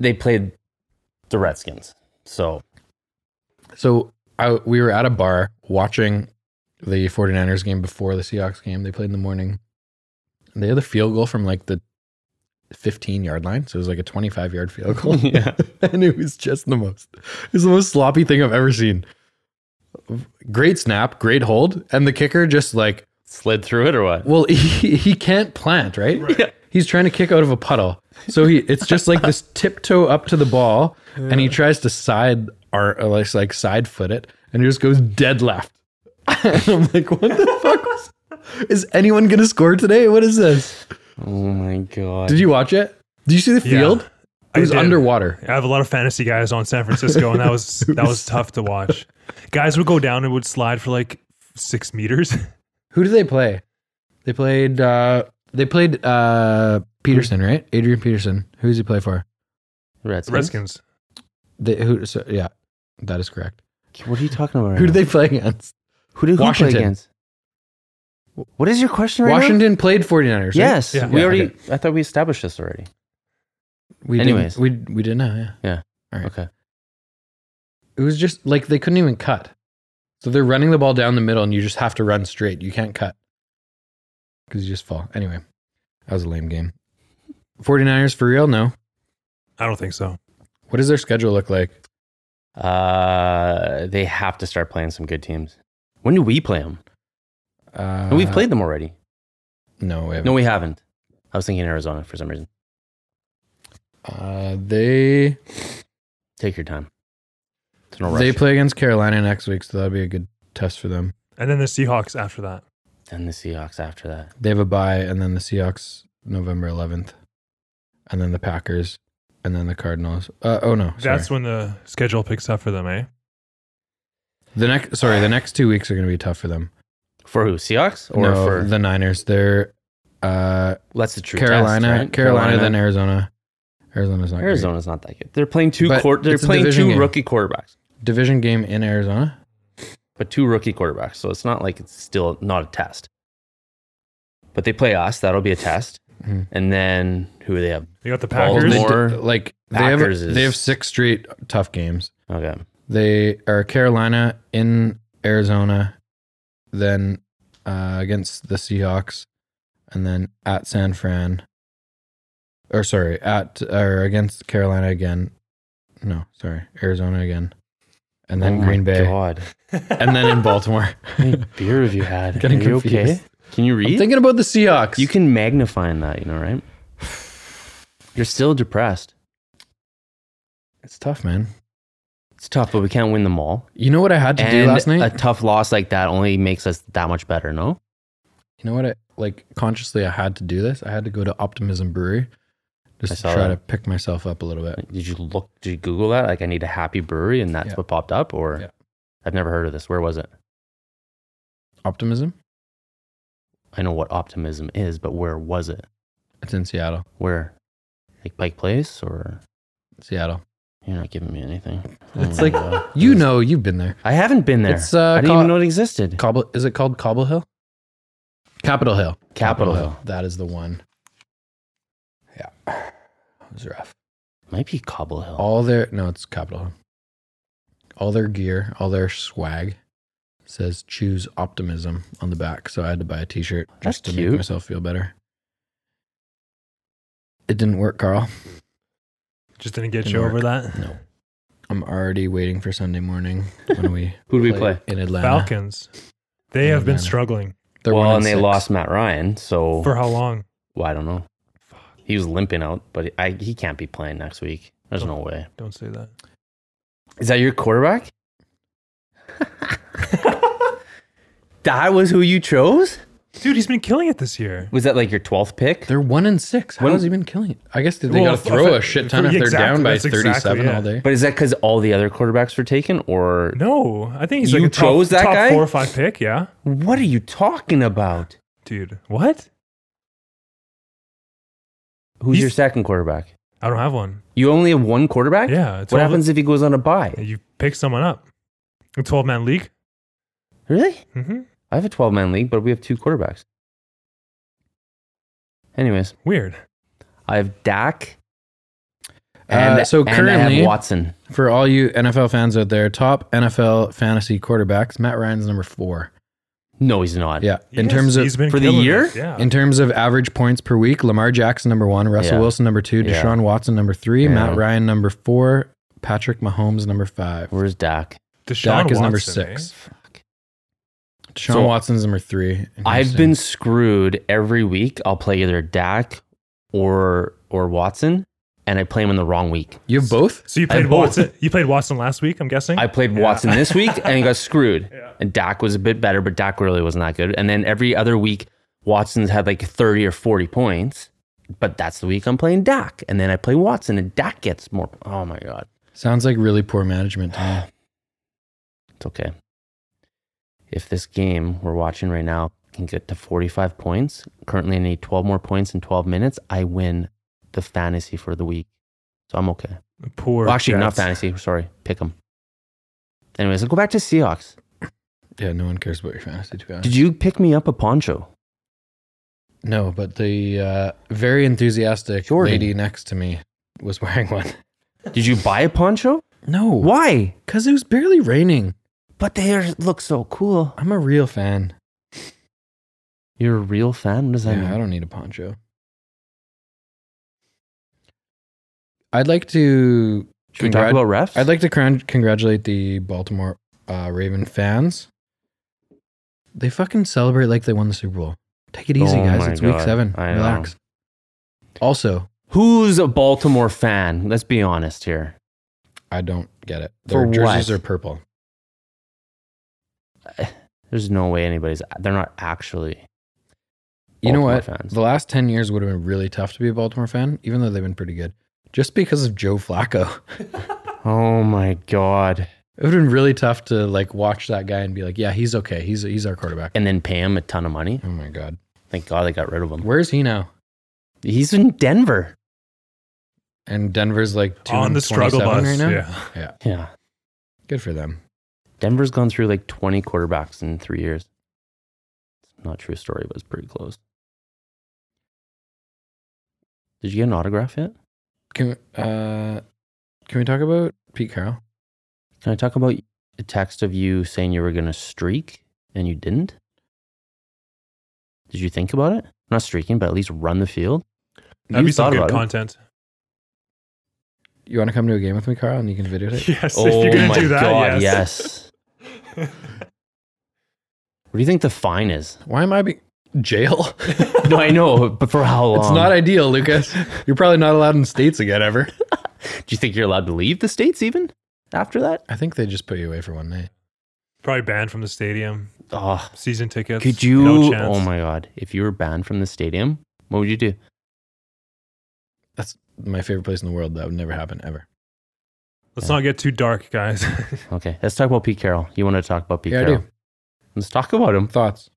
[SPEAKER 2] they played the Redskins. So
[SPEAKER 1] So I, we were at a bar watching the 49ers game before the Seahawks game. They played in the morning. And they had a field goal from like the 15 yard line. So it was like a 25 yard field <laughs> goal.
[SPEAKER 2] yeah,
[SPEAKER 1] and it was just the most, it was the most sloppy thing I've ever seen. Great snap, great hold. And the kicker just like,
[SPEAKER 2] slid through it or what?
[SPEAKER 1] Well, <laughs> he, he can't plant, right? He's trying to kick out of a puddle. So he it's just like
[SPEAKER 3] <laughs>
[SPEAKER 1] this tiptoe up to the ball and he tries to side or, or like, like side foot it and he just goes dead left. <laughs> and I'm like, what the fuck was, <laughs> is anyone gonna score today? What is this?
[SPEAKER 2] Oh my god!
[SPEAKER 1] Did you watch it? Did you see the
[SPEAKER 3] Yeah.
[SPEAKER 1] field?
[SPEAKER 3] I
[SPEAKER 1] It was
[SPEAKER 3] did.
[SPEAKER 1] underwater.
[SPEAKER 3] I have a lot of fantasy guys on San Francisco, and
[SPEAKER 2] <laughs>
[SPEAKER 3] that was that was tough to watch. Guys would go down and would slide for like six meters. <laughs>
[SPEAKER 1] Who do they play? They played uh they played uh Peterson, right? Adrian Peterson. Who does he play for?
[SPEAKER 2] Redskins?
[SPEAKER 3] Redskins.
[SPEAKER 1] They, who so, yeah, that is correct.
[SPEAKER 2] What are you talking about? right
[SPEAKER 1] Who do
[SPEAKER 2] now?
[SPEAKER 1] they play against?
[SPEAKER 2] Who did who
[SPEAKER 1] Washington.
[SPEAKER 2] play against? What is your question right now?
[SPEAKER 1] Washington played 49ers. right?
[SPEAKER 2] Yes,
[SPEAKER 3] Yeah.
[SPEAKER 2] we
[SPEAKER 1] Yeah,
[SPEAKER 2] already. I thought we established this already.
[SPEAKER 1] We
[SPEAKER 2] Anyways.
[SPEAKER 1] didn't, we we didn't know. Yeah.
[SPEAKER 2] Okay.
[SPEAKER 1] It was just like they couldn't even cut. So they're running the ball down the middle, and you just have to run straight. You can't cut because you just fall. Anyway, that was a lame game. 49ers for real? No.
[SPEAKER 3] I don't think so.
[SPEAKER 1] What does their schedule look like?
[SPEAKER 2] Uh, they have to start playing some good teams. When do we play them?
[SPEAKER 1] Uh,
[SPEAKER 2] We've played them already.
[SPEAKER 1] No, we haven't.
[SPEAKER 2] No, we haven't. I was thinking Arizona for some reason.
[SPEAKER 1] Uh, they
[SPEAKER 2] Take your time. It's no rush.
[SPEAKER 1] they play against Carolina next week, so that'll be a good test for them.
[SPEAKER 3] And then the Seahawks after that.
[SPEAKER 2] then the Seahawks after that.
[SPEAKER 1] They have a bye, and then the Seahawks November 11th, and then the Packers, and then the Cardinals. Uh, oh no, sorry.
[SPEAKER 3] That's when the schedule picks up for them, eh?
[SPEAKER 1] The next, sorry, the next two weeks are going to be tough for them.
[SPEAKER 2] For who? Seahawks or
[SPEAKER 1] no,
[SPEAKER 2] for
[SPEAKER 1] the Niners. They're uh,
[SPEAKER 2] well, that's the true test,
[SPEAKER 1] Carolina,
[SPEAKER 2] right?
[SPEAKER 1] Carolina, then Arizona. Arizona's not Arizona
[SPEAKER 2] Arizona's not that good. They're playing two.
[SPEAKER 1] But
[SPEAKER 2] Court, they're
[SPEAKER 1] it's a
[SPEAKER 2] playing
[SPEAKER 1] division
[SPEAKER 2] two
[SPEAKER 1] game.
[SPEAKER 2] rookie quarterbacks,
[SPEAKER 1] division game in Arizona.
[SPEAKER 2] but two rookie quarterbacks. So it's not like it's still not a test. But they play us. That'll be a test.
[SPEAKER 1] Mhm.
[SPEAKER 2] And then who do they have?
[SPEAKER 3] They got the Packers.
[SPEAKER 1] They d-
[SPEAKER 2] Baltimore.
[SPEAKER 1] like they have
[SPEAKER 2] Packers is-
[SPEAKER 1] they have six straight tough games.
[SPEAKER 2] Okay.
[SPEAKER 1] They are Carolina in Arizona, then uh, against the Seahawks, and then at San Fran. Or sorry, at or against Carolina again. No, sorry, Arizona again, and then
[SPEAKER 2] Oh my
[SPEAKER 1] Green Bay.
[SPEAKER 2] God.
[SPEAKER 1] <laughs> and then in
[SPEAKER 2] <laughs>
[SPEAKER 1] Baltimore.
[SPEAKER 2] How many beer have you
[SPEAKER 1] <laughs>
[SPEAKER 2] had?
[SPEAKER 1] Getting
[SPEAKER 2] Are you okay?
[SPEAKER 1] confused.
[SPEAKER 2] Can you
[SPEAKER 1] I'm
[SPEAKER 2] read?
[SPEAKER 1] thinking about the Seahawks.
[SPEAKER 2] you can magnify in that, you
[SPEAKER 1] <sighs>
[SPEAKER 2] know, right? You're still depressed.
[SPEAKER 1] it's tough, man.
[SPEAKER 2] It's tough, but we can't win them all.
[SPEAKER 1] You know what I had to do
[SPEAKER 2] And
[SPEAKER 1] last night?
[SPEAKER 2] a tough loss like that only makes us that much better, no?
[SPEAKER 1] you know what I like consciously I had to do this. I had to go to Optimism Brewery just
[SPEAKER 2] I
[SPEAKER 1] to
[SPEAKER 2] saw
[SPEAKER 1] try
[SPEAKER 2] that.
[SPEAKER 1] to pick myself up a little bit.
[SPEAKER 2] Did you look? Did you Google that? Like, I need a happy brewery, and that's
[SPEAKER 1] Yeah.
[SPEAKER 2] what popped up. Or
[SPEAKER 1] Yeah.
[SPEAKER 2] I've never heard of this. Where was it?
[SPEAKER 1] Optimism.
[SPEAKER 2] I know what optimism is, but where was it?
[SPEAKER 1] It's in Seattle.
[SPEAKER 2] Where? Like Pike Place, or
[SPEAKER 1] Seattle.
[SPEAKER 2] you're not giving me anything. Oh
[SPEAKER 1] It's
[SPEAKER 2] my
[SPEAKER 1] like-
[SPEAKER 2] God.
[SPEAKER 1] You know, you've been there.
[SPEAKER 2] I haven't been there.
[SPEAKER 1] It's, uh,
[SPEAKER 2] I didn't
[SPEAKER 1] called-
[SPEAKER 2] even know it existed.
[SPEAKER 1] Cobble is it called Cobble Hill? Capitol Hill.
[SPEAKER 2] Capitol Hill.
[SPEAKER 1] That is the one. Yeah. It was rough.
[SPEAKER 2] Might be Cobble Hill.
[SPEAKER 1] All their no, it's Capitol Hill. All their gear, all their swag says choose optimism on the back. So I had to buy a t shirt just
[SPEAKER 2] That's
[SPEAKER 1] to
[SPEAKER 2] cute.
[SPEAKER 1] make myself feel better. It didn't work, Carl.
[SPEAKER 3] Just didn't get
[SPEAKER 1] Didn't
[SPEAKER 3] you
[SPEAKER 1] work.
[SPEAKER 3] over that.
[SPEAKER 1] No. I'm already waiting for Sunday morning when we
[SPEAKER 2] Who do <laughs> we play?
[SPEAKER 1] in Atlanta.
[SPEAKER 3] Falcons. They
[SPEAKER 1] Yeah,
[SPEAKER 3] have been
[SPEAKER 1] man.
[SPEAKER 3] struggling
[SPEAKER 1] They're one
[SPEAKER 2] well, and they
[SPEAKER 1] six.
[SPEAKER 2] lost Matt Ryan, so
[SPEAKER 3] for how long?
[SPEAKER 2] well, I don't know. He was limping out, but I, he can't be playing next week. There's no way.
[SPEAKER 3] Don't say that.
[SPEAKER 2] Is that your quarterback? <laughs> that was who you chose?
[SPEAKER 3] Dude, he's been killing it this year.
[SPEAKER 2] Was that like your 12th pick?
[SPEAKER 1] They're one and six. How
[SPEAKER 2] When-
[SPEAKER 1] has he been killing? it? I guess they
[SPEAKER 3] Well,
[SPEAKER 1] got to
[SPEAKER 3] if-
[SPEAKER 1] throw
[SPEAKER 3] if-
[SPEAKER 1] a shit ton
[SPEAKER 2] <laughs>
[SPEAKER 3] if-
[SPEAKER 1] if they're
[SPEAKER 3] exactly,
[SPEAKER 1] down by
[SPEAKER 3] that's exactly,
[SPEAKER 1] thirty-seven
[SPEAKER 3] yeah.
[SPEAKER 1] all day.
[SPEAKER 2] but is that because all the other quarterbacks were taken, or
[SPEAKER 3] No, I think he's
[SPEAKER 2] You
[SPEAKER 3] like a top,
[SPEAKER 2] chose that
[SPEAKER 3] top
[SPEAKER 2] guy?
[SPEAKER 3] four or five pick. Yeah,
[SPEAKER 2] what are you talking about?
[SPEAKER 3] dude. What?
[SPEAKER 2] Who's
[SPEAKER 3] He's-
[SPEAKER 2] your second quarterback?
[SPEAKER 3] I don't have one.
[SPEAKER 2] You only have one quarterback.
[SPEAKER 3] Yeah, it's
[SPEAKER 2] What
[SPEAKER 3] all-
[SPEAKER 2] happens if he goes on a bye?
[SPEAKER 3] You pick someone up. A twelve man league.
[SPEAKER 2] Really?
[SPEAKER 3] hmm
[SPEAKER 2] I have a 12 man league, but we have two quarterbacks. Anyways,
[SPEAKER 3] Weird.
[SPEAKER 2] I have Dak and
[SPEAKER 1] Uh, so
[SPEAKER 2] and I have
[SPEAKER 1] currently,
[SPEAKER 2] Watson.
[SPEAKER 1] for all you NFL fans out there, top NFL fantasy quarterbacks, Matt Ryan's number four.
[SPEAKER 2] No, he's not.
[SPEAKER 1] Yeah, in
[SPEAKER 3] Yes,
[SPEAKER 1] terms
[SPEAKER 3] he's
[SPEAKER 1] of
[SPEAKER 3] been
[SPEAKER 2] for the
[SPEAKER 3] killing
[SPEAKER 2] year?
[SPEAKER 3] it. Yeah.
[SPEAKER 1] in terms of average points per week, Lamar Jackson number one, Russell
[SPEAKER 2] Yeah.
[SPEAKER 1] Wilson number two,
[SPEAKER 2] Yeah.
[SPEAKER 1] Deshaun Watson number three,
[SPEAKER 2] Yeah.
[SPEAKER 1] Matt Ryan number four, Patrick Mahomes number five.
[SPEAKER 2] Where's Dak?
[SPEAKER 3] Deshaun
[SPEAKER 1] Dak is number
[SPEAKER 3] Watson, eh?
[SPEAKER 1] six.
[SPEAKER 2] Fuck.
[SPEAKER 1] Deshaun
[SPEAKER 2] So-
[SPEAKER 1] Watson's number three.
[SPEAKER 2] I've
[SPEAKER 1] Interesting.
[SPEAKER 2] been screwed every week. I'll play either Dak or or Watson, and I play him in the wrong week.
[SPEAKER 1] You have both.
[SPEAKER 3] So you
[SPEAKER 2] I
[SPEAKER 3] played
[SPEAKER 2] both.
[SPEAKER 3] Watson. You played Watson last week. I'm guessing.
[SPEAKER 2] I played Watson this week, and he got screwed. And Dak was a bit better, but Dak really wasn't that good. And then every other week, Watson's had like thirty or forty points. But that's the week I'm playing Dak, and then I play Watson, and Dak gets more. Oh my god, <sighs>
[SPEAKER 1] Sounds like really poor management to me.
[SPEAKER 2] it's okay. If this game we're watching right now can get to 45 points, currently I need 12 more points in 12 minutes. I win the fantasy for the week, so I'm okay.
[SPEAKER 3] Poor.
[SPEAKER 2] Well, actually, not
[SPEAKER 3] Jets.
[SPEAKER 2] fantasy. Sorry, pick them. Anyways, I'll go back to Seahawks.
[SPEAKER 1] Yeah, no one cares about your fantasy. To be honest.
[SPEAKER 2] Did you pick me up a poncho?
[SPEAKER 1] No, but the uh, very enthusiastic
[SPEAKER 2] Jordan.
[SPEAKER 1] lady next to me was <laughs> wearing one.
[SPEAKER 2] Did you buy a poncho?
[SPEAKER 1] No,
[SPEAKER 2] Why?
[SPEAKER 1] because it was barely raining.
[SPEAKER 2] But they are, look so cool.
[SPEAKER 1] I'm a real fan.
[SPEAKER 2] You're a real fan. What does that
[SPEAKER 1] Yeah, I
[SPEAKER 2] mean?
[SPEAKER 1] don't need a poncho. I'd like to.
[SPEAKER 2] Should we talk
[SPEAKER 1] congrat-
[SPEAKER 2] about refs?
[SPEAKER 1] I'd like to congr- congratulate the Baltimore uh, Raven fans. They fucking celebrate like they won the Super Bowl. Take it easy,
[SPEAKER 2] Oh
[SPEAKER 1] guys.
[SPEAKER 2] my
[SPEAKER 1] It's week
[SPEAKER 2] God.
[SPEAKER 1] seven.
[SPEAKER 2] I know.
[SPEAKER 1] Relax. Also,
[SPEAKER 2] Who's a Baltimore fan? Let's be honest here.
[SPEAKER 1] I don't get it.
[SPEAKER 2] For
[SPEAKER 1] Their jerseys
[SPEAKER 2] what?
[SPEAKER 1] are purple.
[SPEAKER 2] There's no way anybody's. They're not actually.
[SPEAKER 1] You know
[SPEAKER 2] Baltimore
[SPEAKER 1] what?
[SPEAKER 2] fans.
[SPEAKER 1] The last 10 years would have been really tough to be a Baltimore fan, even though they've been pretty good. Just because of Joe Flacco. <laughs>
[SPEAKER 2] Oh my god!
[SPEAKER 1] It would have been really tough to like watch that guy and be like, yeah, he's okay. He's he's our quarterback.
[SPEAKER 2] And then pay him a ton of money.
[SPEAKER 1] Oh my god.
[SPEAKER 2] Thank God they got rid of him.
[SPEAKER 1] Where is he now?
[SPEAKER 2] He's in Denver.
[SPEAKER 1] And Denver's like two
[SPEAKER 3] on the struggle bus.
[SPEAKER 1] right now.
[SPEAKER 3] Yeah.
[SPEAKER 2] Yeah,
[SPEAKER 1] Good for them.
[SPEAKER 2] Denver's gone through like 20 quarterbacks in three years. It's not a true story, but it's pretty close. Did you get an autograph yet?
[SPEAKER 1] Can uh can we talk about Pete Carroll?
[SPEAKER 2] Can I talk about a text of you saying you were going to streak and you didn't? Did you think about it? Not streaking, but at least run the field.
[SPEAKER 3] That'd
[SPEAKER 2] You
[SPEAKER 3] be some
[SPEAKER 2] thought
[SPEAKER 3] good
[SPEAKER 2] about it.
[SPEAKER 3] content.
[SPEAKER 1] You want to come to a game with me, Carl, and you can videotape?
[SPEAKER 3] <laughs> Yes, <laughs> if
[SPEAKER 2] Oh
[SPEAKER 3] you're gonna
[SPEAKER 2] my
[SPEAKER 3] do that,
[SPEAKER 2] god!
[SPEAKER 3] yes. <laughs>
[SPEAKER 2] Yes. what do you think the fine is?
[SPEAKER 1] Why am I be
[SPEAKER 3] <laughs>
[SPEAKER 1] jail? <laughs>
[SPEAKER 2] No, I know, but for how long?
[SPEAKER 1] it's not ideal,
[SPEAKER 2] <laughs>
[SPEAKER 1] Lucas. You're probably not allowed in states again ever.
[SPEAKER 2] Do you think you're allowed to leave the states even after that?
[SPEAKER 1] I think they just put you away for one night.
[SPEAKER 3] Probably banned from the stadium.
[SPEAKER 2] Oh,
[SPEAKER 3] Season tickets.
[SPEAKER 2] could you?
[SPEAKER 3] No chance.
[SPEAKER 2] oh my god! If you were banned from the stadium, what would you do?
[SPEAKER 1] That's my favorite place in the world. That would never happen ever.
[SPEAKER 3] Let's not get too dark, guys. <laughs>
[SPEAKER 2] Okay, let's talk about Pete Carroll. You want to talk about Pete
[SPEAKER 1] Yeah, I
[SPEAKER 2] Carroll?
[SPEAKER 1] do.
[SPEAKER 2] Let's talk about him
[SPEAKER 1] Thoughts?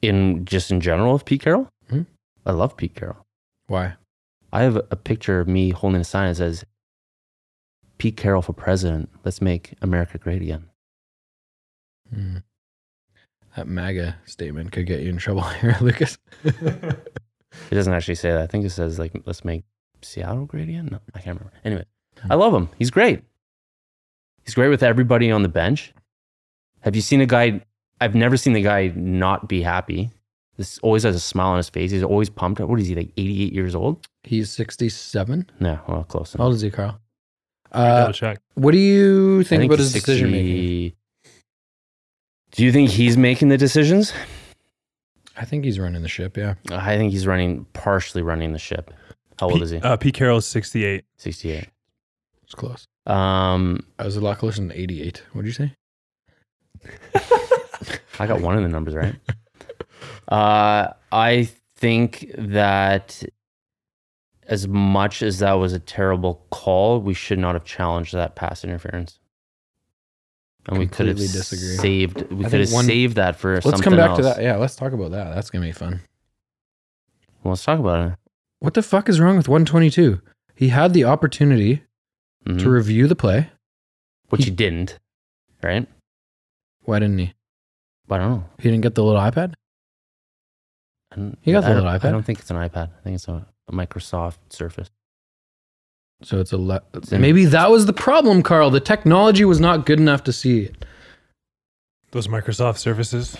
[SPEAKER 2] in just in general of Pete Carroll.
[SPEAKER 1] Mhm.
[SPEAKER 2] I love Pete Carroll.
[SPEAKER 1] Why?
[SPEAKER 2] I have a picture of me holding a sign that says "Pete Carroll for President." Let's make America great again.
[SPEAKER 1] Hmm. That MAGA statement could get you in trouble <laughs> here, Lucas.
[SPEAKER 2] It doesn't actually say that. I think it says like let's make Seattle great again. No, I can't remember. Anyway, I love him. He's great. He's great with everybody on the bench. Have you seen a guy? I've never seen the guy not be happy. This always has a smile on his face. He's always pumped up. What is he like? Eighty-eight years old?
[SPEAKER 1] He's 67.
[SPEAKER 2] No, well, close
[SPEAKER 1] How
[SPEAKER 2] enough.
[SPEAKER 1] old is he, Carl?
[SPEAKER 3] Double
[SPEAKER 1] Uh,
[SPEAKER 3] check.
[SPEAKER 1] what do you
[SPEAKER 2] I
[SPEAKER 1] think, about his
[SPEAKER 2] he's
[SPEAKER 1] decision making?
[SPEAKER 2] 60 Do you think he's making the decisions?
[SPEAKER 1] I think he's running the ship. Yeah.
[SPEAKER 2] I think he's running partially running the ship. How old
[SPEAKER 3] Pete,
[SPEAKER 2] is he?
[SPEAKER 3] Uh, Pete Carroll's 68.
[SPEAKER 2] Sixty-eight.
[SPEAKER 1] It's close.
[SPEAKER 2] Um,
[SPEAKER 1] I was a lot closer than 88. What'd you say?
[SPEAKER 2] <laughs> I got one of the
[SPEAKER 1] <laughs>
[SPEAKER 2] numbers right. Uh, I think that as much as that was a terrible call, we should not have challenged that pass interference. And we could have
[SPEAKER 1] Completely disagree.
[SPEAKER 2] saved. We
[SPEAKER 1] I
[SPEAKER 2] could
[SPEAKER 1] think
[SPEAKER 2] have
[SPEAKER 1] one-
[SPEAKER 2] saved that for
[SPEAKER 1] Let's
[SPEAKER 2] something
[SPEAKER 1] come back
[SPEAKER 2] else.
[SPEAKER 1] to that. Yeah, let's talk about that. That's gonna be fun.
[SPEAKER 2] Well, let's talk about it.
[SPEAKER 1] What the fuck is wrong with 122? He had the opportunity
[SPEAKER 2] Mhm.
[SPEAKER 1] to review the play.
[SPEAKER 2] Which he didn't, right?
[SPEAKER 1] Why didn't he?
[SPEAKER 2] But I don't know.
[SPEAKER 1] He didn't get the little iPad.
[SPEAKER 2] I don't,
[SPEAKER 1] He got the
[SPEAKER 2] I don't-
[SPEAKER 1] little iPad.
[SPEAKER 2] I don't think it's an iPad. I think it's a, a Microsoft <laughs> Surface.
[SPEAKER 1] So it's a le-
[SPEAKER 2] in-
[SPEAKER 1] maybe that was the problem, Carl. The technology was not good enough to see it.
[SPEAKER 3] Those Microsoft services,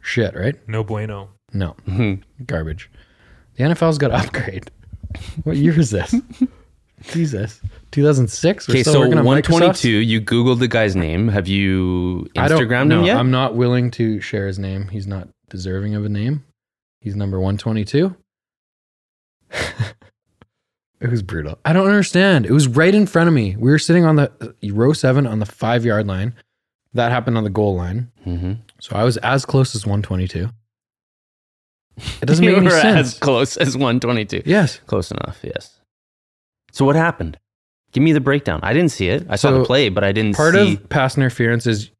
[SPEAKER 1] Shit, right?
[SPEAKER 3] no
[SPEAKER 2] <laughs>
[SPEAKER 3] bueno.
[SPEAKER 1] No,
[SPEAKER 2] Mhm.
[SPEAKER 1] garbage. The NFL's got <laughs> to upgrade. what year is
[SPEAKER 2] <laughs>
[SPEAKER 1] this? Jesus, 2006. We're
[SPEAKER 2] Okay,
[SPEAKER 1] still
[SPEAKER 2] so
[SPEAKER 1] working on Microsoft's?
[SPEAKER 2] 122. You Googled the guy's name. Have you
[SPEAKER 1] I don't-
[SPEAKER 2] Instagrammed
[SPEAKER 1] no,
[SPEAKER 2] him yet?
[SPEAKER 1] I'm not willing to share his name. He's not deserving of a name. He's number 122. <laughs> it was brutal. I don't understand. It was right in front of me. We were sitting on the uh, row seven on the five yard line. That happened on the goal line.
[SPEAKER 2] mm-hmm.
[SPEAKER 1] So I was as close as 122. It doesn't make
[SPEAKER 2] <laughs> You
[SPEAKER 1] any
[SPEAKER 2] were
[SPEAKER 1] sense.
[SPEAKER 2] As close as 122.
[SPEAKER 1] yes.
[SPEAKER 2] <laughs> Close enough, yes. So what happened? Give me the breakdown. I didn't see it. I saw the
[SPEAKER 1] So,
[SPEAKER 2] play, but I didn't
[SPEAKER 1] Part
[SPEAKER 2] see.
[SPEAKER 1] of pass interference is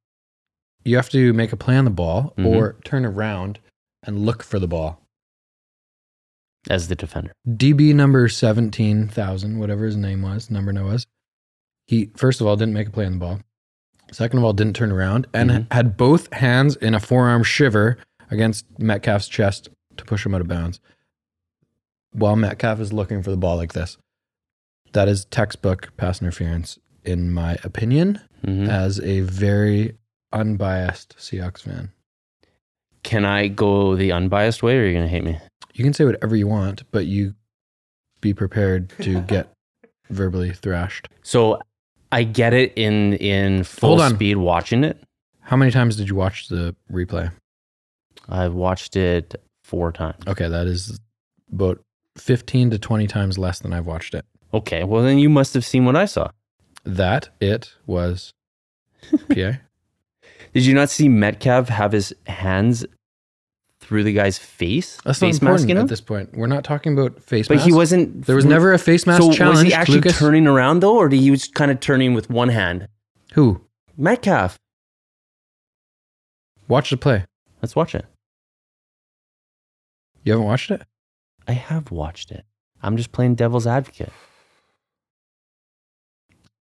[SPEAKER 1] you have to make a play on the ball
[SPEAKER 2] Mhm.
[SPEAKER 1] or turn around and look for the ball.
[SPEAKER 2] as the defender.
[SPEAKER 1] DB number 17,000, whatever his name was, number no was, he, first of all, didn't make a play on the ball. Second of all, didn't turn around and
[SPEAKER 2] Mhm.
[SPEAKER 1] had both hands in a forearm shiver against Metcalf's chest to push him out of bounds while Metcalf is looking for the ball like this. That is textbook pass interference, in my opinion,
[SPEAKER 2] Mhm.
[SPEAKER 1] as a very unbiased Seahawks fan.
[SPEAKER 2] Can I go the unbiased way, or are you going to hate me?
[SPEAKER 1] You can say whatever you want, but you be prepared to get verbally thrashed.
[SPEAKER 2] So I get it in in full
[SPEAKER 1] Hold on.
[SPEAKER 2] speed watching it.
[SPEAKER 1] How many times did you watch the replay?
[SPEAKER 2] I've watched it four times.
[SPEAKER 1] Okay, that is about 15 to 20 times less than I've watched it.
[SPEAKER 2] Okay, well then you must have seen what I saw.
[SPEAKER 1] That it
[SPEAKER 2] <laughs>
[SPEAKER 1] was PA.
[SPEAKER 2] Did you not see Metcalf have his hands through the guy's face?
[SPEAKER 1] That's not
[SPEAKER 2] face
[SPEAKER 1] important
[SPEAKER 2] masking
[SPEAKER 1] at
[SPEAKER 2] him?
[SPEAKER 1] this point. We're not talking about face
[SPEAKER 2] But
[SPEAKER 1] mask.
[SPEAKER 2] he wasn't.
[SPEAKER 1] There was never a face mask
[SPEAKER 2] so
[SPEAKER 1] challenge.
[SPEAKER 2] was he actually
[SPEAKER 1] Lucas.
[SPEAKER 2] turning around though, or did he was kind of turning with one hand?
[SPEAKER 1] Who?
[SPEAKER 2] Metcalf.
[SPEAKER 1] Watch the play.
[SPEAKER 2] Let's watch it.
[SPEAKER 1] You haven't watched it?
[SPEAKER 2] I have watched it. I'm just playing devil's advocate.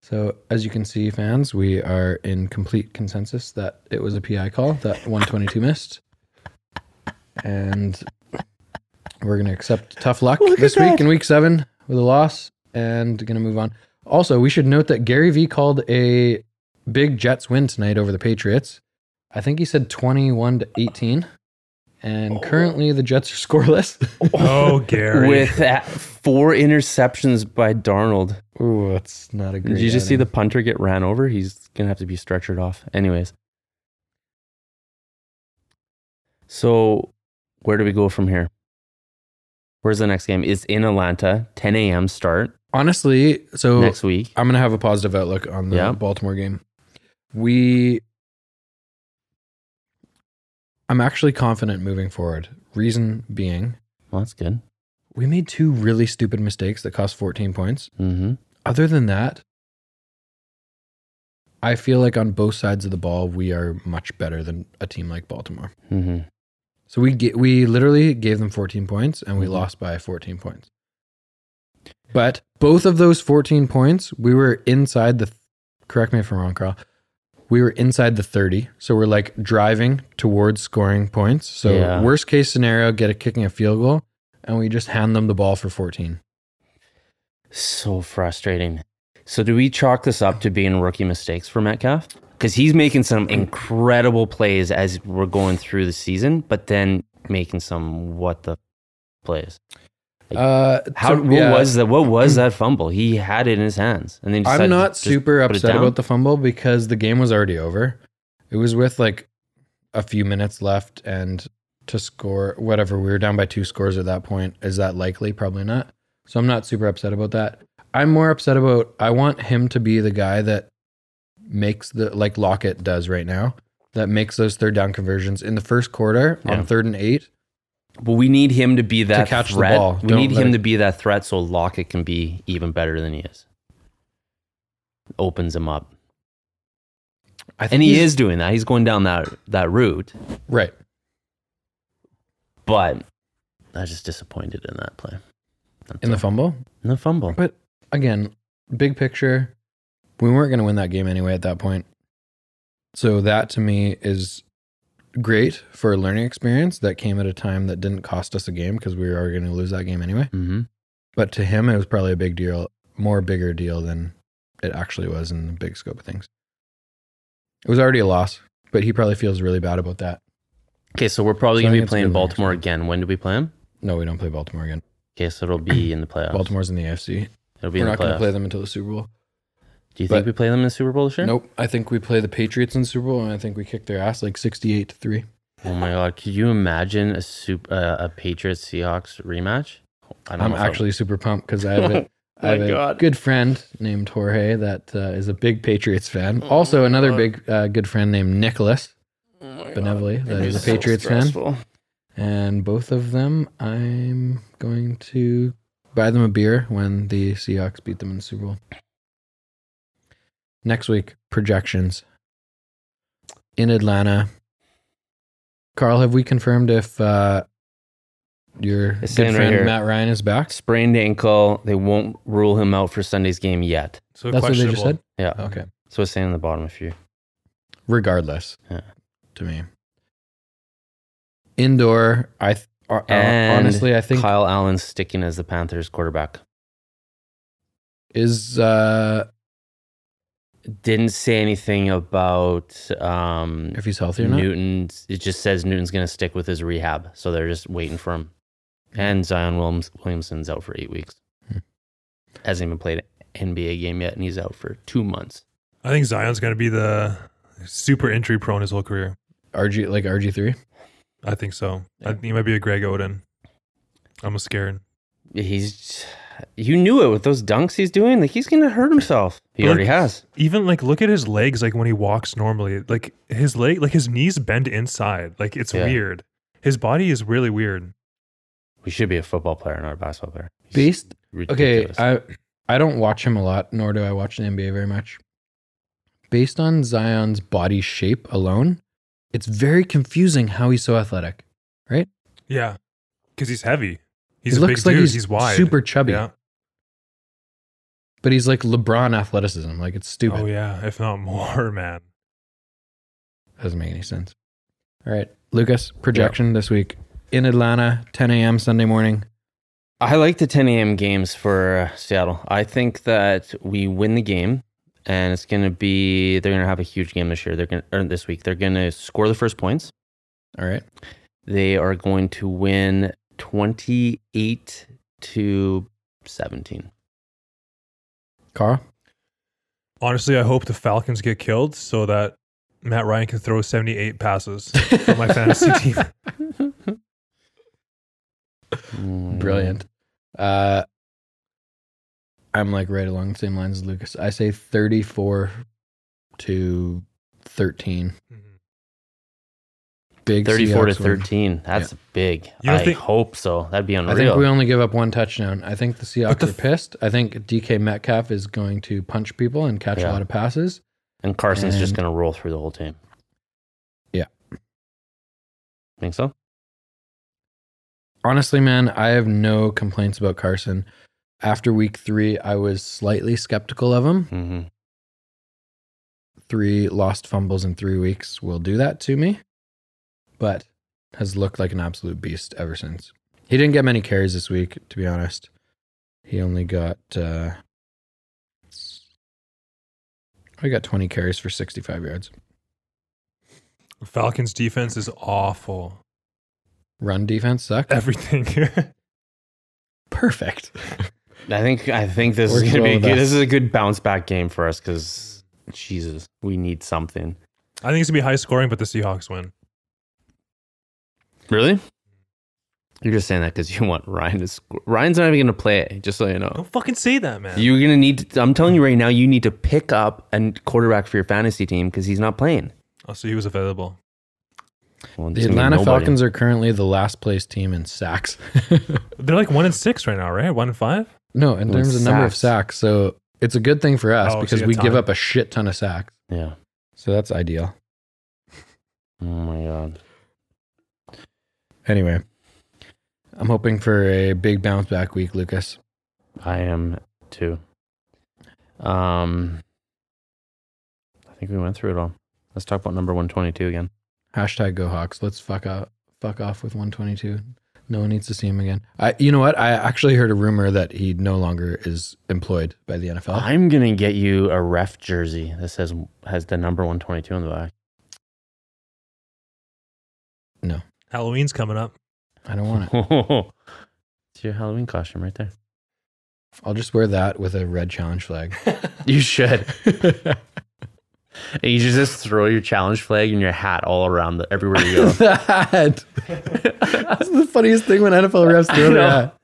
[SPEAKER 1] So, as you can see, fans, we are in complete consensus that it was a PI call that 122 missed. And we're going to accept tough luck
[SPEAKER 2] Look at
[SPEAKER 1] this week
[SPEAKER 2] that.
[SPEAKER 1] in week seven with a loss and going to move on. Also, we should note that Gary Vee called a big Jets win tonight over the Patriots. I think he said 21 to 18. And
[SPEAKER 2] Oh.
[SPEAKER 1] currently the Jets are
[SPEAKER 2] <laughs>
[SPEAKER 1] scoreless.
[SPEAKER 3] Oh, Gary.
[SPEAKER 2] With that four interceptions by Darnold.
[SPEAKER 1] Ooh, that's not a great.
[SPEAKER 2] Did you just see the
[SPEAKER 1] outing.
[SPEAKER 2] punter get ran over? He's gonna have to be stretchered off. Anyways. So where do we go from here? Where's the next game? It's in Atlanta, 10 a.m. start
[SPEAKER 1] Honestly, so
[SPEAKER 2] next week.
[SPEAKER 1] I'm gonna have a positive outlook on the
[SPEAKER 2] Yeah.
[SPEAKER 1] Baltimore game. We, I'm actually confident moving forward. Reason being,
[SPEAKER 2] Well, that's good.
[SPEAKER 1] we made two really stupid mistakes that cost 14 points.
[SPEAKER 2] Mm-hmm.
[SPEAKER 1] Other than that, I feel like on both sides of the ball, we are much better than a team like Baltimore.
[SPEAKER 2] Mm-hmm.
[SPEAKER 1] So we ga- we literally gave them 14 points and we
[SPEAKER 2] Mhm.
[SPEAKER 1] lost by 14 points. But both of those 14 points, we were inside the correct me if I'm wrong, Carl. We were inside the 30. So we're like driving towards scoring points. So
[SPEAKER 2] Yeah.
[SPEAKER 1] worst case scenario, get a kicking a field goal and we just hand them the ball for 14.
[SPEAKER 2] So frustrating. So do we chalk this up to being rookie mistakes for Metcalf? Because he's making some incredible plays as we're going through the season, but then making some what the f- plays.
[SPEAKER 1] Uh
[SPEAKER 2] How
[SPEAKER 1] so-
[SPEAKER 2] what
[SPEAKER 1] yeah.
[SPEAKER 2] was that? What was that fumble? He had it in his hands, and then he decided
[SPEAKER 1] I'm
[SPEAKER 2] to
[SPEAKER 1] not
[SPEAKER 2] just
[SPEAKER 1] super
[SPEAKER 2] put it
[SPEAKER 1] upset
[SPEAKER 2] down?
[SPEAKER 1] about the fumble because the game was already over. It was with like a few minutes left and to score whatever we were down by two scores at that point. Is that likely? Probably not. So I'm not super upset about that. I'm more upset about I want him to be the guy that makes the like Lockett does right now that makes those third down conversions in the first quarter
[SPEAKER 2] Yeah.
[SPEAKER 1] on third and eight.
[SPEAKER 2] But we need him to be that
[SPEAKER 1] catch the
[SPEAKER 2] threat.
[SPEAKER 1] ball.
[SPEAKER 2] We
[SPEAKER 1] Don't
[SPEAKER 2] need
[SPEAKER 1] let
[SPEAKER 2] him
[SPEAKER 1] it-
[SPEAKER 2] to be that threat so Lockett can be even better than he is. Opens him up.
[SPEAKER 1] I think
[SPEAKER 2] And he
[SPEAKER 1] he's-
[SPEAKER 2] is doing that. He's going down that that route,
[SPEAKER 1] right.
[SPEAKER 2] but I was just disappointed in that play. That's
[SPEAKER 1] In the
[SPEAKER 2] all.
[SPEAKER 1] fumble,
[SPEAKER 2] In the fumble.
[SPEAKER 1] But again, big picture, we weren't going to win that game anyway at that point. So that to me is great for a learning experience that came at a time that didn't cost us a game because we were already going to lose that game anyway.
[SPEAKER 2] Mm-hmm.
[SPEAKER 1] But to him, it was probably a big deal, more bigger deal than it actually was in the big scope of things. It was already a loss, but he probably feels really bad about that.
[SPEAKER 2] Okay, so we're probably
[SPEAKER 1] So I
[SPEAKER 2] gonna
[SPEAKER 1] think
[SPEAKER 2] be
[SPEAKER 1] it's
[SPEAKER 2] playing
[SPEAKER 1] good next
[SPEAKER 2] Baltimore
[SPEAKER 1] time.
[SPEAKER 2] again. When do we play him?
[SPEAKER 1] No, we don't play Baltimore again.
[SPEAKER 2] Okay, so it'll be
[SPEAKER 1] <clears throat>
[SPEAKER 2] in the playoffs.
[SPEAKER 1] Baltimore's in the AFC.
[SPEAKER 2] It'll be
[SPEAKER 1] We're
[SPEAKER 2] in
[SPEAKER 1] not going
[SPEAKER 2] the playoffs.
[SPEAKER 1] to play them until the Super Bowl.
[SPEAKER 2] Do you think
[SPEAKER 1] but-
[SPEAKER 2] we play them in the Super Bowl this year?
[SPEAKER 1] Nope. I think we play the Patriots in the Super Bowl, and I think we kick their ass like sixty-eight to three.
[SPEAKER 2] Oh my god, could you imagine a super uh, a Patriots Seahawks rematch? I
[SPEAKER 1] I'm
[SPEAKER 2] know if I-
[SPEAKER 1] actually super pumped because I have, a, I
[SPEAKER 2] <laughs> my
[SPEAKER 1] have a
[SPEAKER 2] God.
[SPEAKER 1] good friend named Jorge that uh, is a big Patriots fan.
[SPEAKER 2] Oh
[SPEAKER 1] also, another big uh, good friend named Nicholas Benevoli
[SPEAKER 2] Oh,
[SPEAKER 1] that is a Patriots fan. And both of them, I'm going to buy them a beer when the Seahawks beat them in the Super Bowl. Next week, projections in Atlanta. Carl, have we confirmed if uh, your
[SPEAKER 2] It's
[SPEAKER 1] good
[SPEAKER 2] saying right
[SPEAKER 1] friend
[SPEAKER 2] here.
[SPEAKER 1] Matt Ryan is back?
[SPEAKER 2] Sprained ankle. They won't rule him out for Sunday's game yet.
[SPEAKER 3] So
[SPEAKER 1] That's what they just
[SPEAKER 3] questionable.
[SPEAKER 1] said.
[SPEAKER 2] Yeah.
[SPEAKER 1] Okay.
[SPEAKER 2] So it's saying in the bottom if you
[SPEAKER 1] Regardless,
[SPEAKER 2] Yeah.
[SPEAKER 1] to me, indoor. I th- uh,
[SPEAKER 2] And
[SPEAKER 1] honestly, I think
[SPEAKER 2] Kyle Allen's sticking as the Panthers quarterback.
[SPEAKER 1] is uh,
[SPEAKER 2] Didn't say anything about um
[SPEAKER 1] if he's healthy or not.
[SPEAKER 2] Newton. It just says Newton's gonna stick with his rehab. So they're just waiting for him. And Zion Williams, Williamson's out for eight weeks.
[SPEAKER 1] Hmm.
[SPEAKER 2] Hasn't even played an NBA game yet, and he's out for two months.
[SPEAKER 3] I think Zion's going to be the super injury prone his whole career.
[SPEAKER 1] RG like RG three.
[SPEAKER 3] I think so.
[SPEAKER 2] Yeah.
[SPEAKER 3] I think he might be a Greg Oden. I'm scared.
[SPEAKER 2] He's you knew it with those dunks he's doing. Like he's gonna hurt himself. He
[SPEAKER 3] But
[SPEAKER 2] already
[SPEAKER 3] like-
[SPEAKER 2] has.
[SPEAKER 3] Even like look at his legs like when he walks normally. Like his leg like his knees bend inside. Like it's
[SPEAKER 2] Yeah.
[SPEAKER 3] weird. His body is really weird.
[SPEAKER 2] We should be a football player, not a basketball player. He's
[SPEAKER 1] Based okay,
[SPEAKER 2] ridiculous.
[SPEAKER 1] I I don't watch him a lot, nor do I watch the NBA very much. Based on Zion's body shape alone, it's very confusing how he's so athletic.
[SPEAKER 3] Yeah. Cuz he's heavy. He's
[SPEAKER 1] He
[SPEAKER 3] a
[SPEAKER 1] looks
[SPEAKER 3] big
[SPEAKER 1] like
[SPEAKER 3] dude.
[SPEAKER 1] he's
[SPEAKER 3] He's, wide.
[SPEAKER 1] super chubby.
[SPEAKER 3] Yeah.
[SPEAKER 1] But he's like LeBron athleticism. Like it's stupid.
[SPEAKER 3] Oh yeah, if not <laughs> more, man.
[SPEAKER 1] Doesn't make any sense. All right, Lucas, projection this week in Atlanta, 10 a.m. Sunday morning.
[SPEAKER 2] I like the 10 a.m. games for uh, Seattle. I think that we win the game, and it's going to be they're going to have a huge game this year. They're going to this week. They're going to score the first points.
[SPEAKER 1] All right,
[SPEAKER 2] They are going to win 28 to 17.
[SPEAKER 1] Carl.
[SPEAKER 3] Honestly, I hope the Falcons get killed so that Matt Ryan can throw 78
[SPEAKER 1] <laughs>
[SPEAKER 3] passes for my fantasy team.
[SPEAKER 2] Mm.
[SPEAKER 1] Brilliant. Uh, I'm like right along the same lines as Lucas. I say
[SPEAKER 3] Mm-hmm.
[SPEAKER 1] 34 to 13. big
[SPEAKER 2] 34 to
[SPEAKER 1] Seahawks win.
[SPEAKER 2] 13. That's big.
[SPEAKER 3] You don't
[SPEAKER 2] I
[SPEAKER 3] think-
[SPEAKER 2] hope so. That'd be
[SPEAKER 1] I think
[SPEAKER 2] unreal.
[SPEAKER 1] we only give up one touchdown. I think the Seahawks
[SPEAKER 3] the
[SPEAKER 1] are pissed. I think DK Metcalf is going to punch people and catch
[SPEAKER 2] Yeah.
[SPEAKER 1] a lot of passes.
[SPEAKER 2] and Carson's just
[SPEAKER 1] and-
[SPEAKER 2] going to roll through the whole team.
[SPEAKER 1] Yeah.
[SPEAKER 2] Think so?
[SPEAKER 1] Honestly, man, I have no complaints about Carson. After week three, I was slightly skeptical of him.
[SPEAKER 2] Mm-hmm.
[SPEAKER 1] Three lost fumbles in three weeks will do that to me, but has looked like an absolute beast ever since. He didn't get many carries this week, to be honest. He only got, uh, I got 20 carries for 65 yards.
[SPEAKER 3] Falcons defense is awful.
[SPEAKER 1] Run defense sucked.
[SPEAKER 3] Everything. <laughs>
[SPEAKER 1] <laughs> Perfect.
[SPEAKER 2] I think I think this
[SPEAKER 1] We're
[SPEAKER 2] is going to be
[SPEAKER 1] going
[SPEAKER 2] good.
[SPEAKER 1] with
[SPEAKER 2] This
[SPEAKER 1] us.
[SPEAKER 2] is a good bounce back game for us because Jesus, we need something.
[SPEAKER 3] I think it's gonna be high scoring, but the Seahawks win.
[SPEAKER 2] Really? You're just saying that because you want Ryan to score. Ryan's not even going to play. Just so you know.
[SPEAKER 3] Don't fucking say that, man.
[SPEAKER 2] You're gonna need. To, I'm telling you right now, you need to pick up a quarterback for your fantasy team because he's not playing.
[SPEAKER 3] oh, so he was available.
[SPEAKER 2] Well,
[SPEAKER 1] The Atlanta Falcons are currently the last place team in sacks. <laughs>
[SPEAKER 3] They're like one and six right now, right? One and five.
[SPEAKER 1] no, in
[SPEAKER 2] With
[SPEAKER 1] terms of number of
[SPEAKER 2] sacks.
[SPEAKER 1] sacks. So it's a good thing for us
[SPEAKER 3] Oh, so
[SPEAKER 1] because
[SPEAKER 3] you
[SPEAKER 1] we
[SPEAKER 3] got
[SPEAKER 1] give
[SPEAKER 3] time.
[SPEAKER 1] up a shit ton of sacks.
[SPEAKER 2] Yeah.
[SPEAKER 1] So that's ideal.
[SPEAKER 2] Oh my god.
[SPEAKER 1] Anyway, I'm hoping for a big bounce back week, Lucas.
[SPEAKER 2] I am too. Um, I think we went through it all. Let's talk about number 122 again.
[SPEAKER 1] Hashtag go Hawks. Let's fuck off, fuck off with 122. No one needs to see him again. I, you know what? I actually heard a rumor that he no longer is employed by the NFL.
[SPEAKER 2] I'm gonna get you a ref jersey that says has the number 122 on the back. <laughs>
[SPEAKER 3] Halloween's coming up.
[SPEAKER 1] I don't want it.
[SPEAKER 2] it's your Halloween costume right there.
[SPEAKER 1] I'll just wear that with a red challenge flag. <laughs>
[SPEAKER 2] You should. And you should just throw your challenge flag and your hat all around the, everywhere
[SPEAKER 1] <laughs>
[SPEAKER 2] you go.
[SPEAKER 1] that. That's the funniest thing when NFL refs
[SPEAKER 2] I
[SPEAKER 1] do
[SPEAKER 2] know.
[SPEAKER 1] that.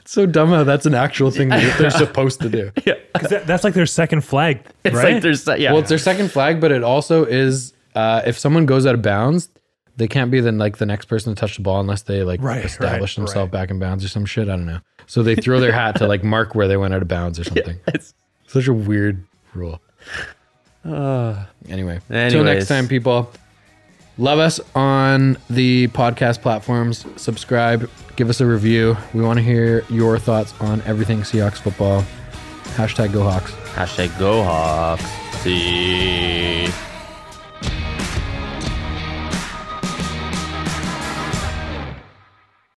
[SPEAKER 1] It's so dumb how that's an actual thing that they're supposed to do.
[SPEAKER 2] <laughs> yeah.
[SPEAKER 3] Cause that, that's like their second flag,
[SPEAKER 2] It's
[SPEAKER 3] right?
[SPEAKER 2] like there's yeah.
[SPEAKER 1] Well, it's their second flag, but it also is uh, if someone goes out of bounds, they can't be then like the next person to touch the ball unless they like
[SPEAKER 3] Right,
[SPEAKER 1] establish
[SPEAKER 3] right,
[SPEAKER 1] themselves
[SPEAKER 3] right.
[SPEAKER 1] back in bounds or some shit. I don't know. So they throw their hat to like mark where they went out of bounds or something. Such a weird rule. Anyway, until
[SPEAKER 2] Anyways.
[SPEAKER 1] next time, people. Love us on the podcast platforms. Subscribe, give us a review. We want to hear your thoughts on everything Seahawks football. Hashtag Go Hawks.
[SPEAKER 2] hashtag go Hawks. See.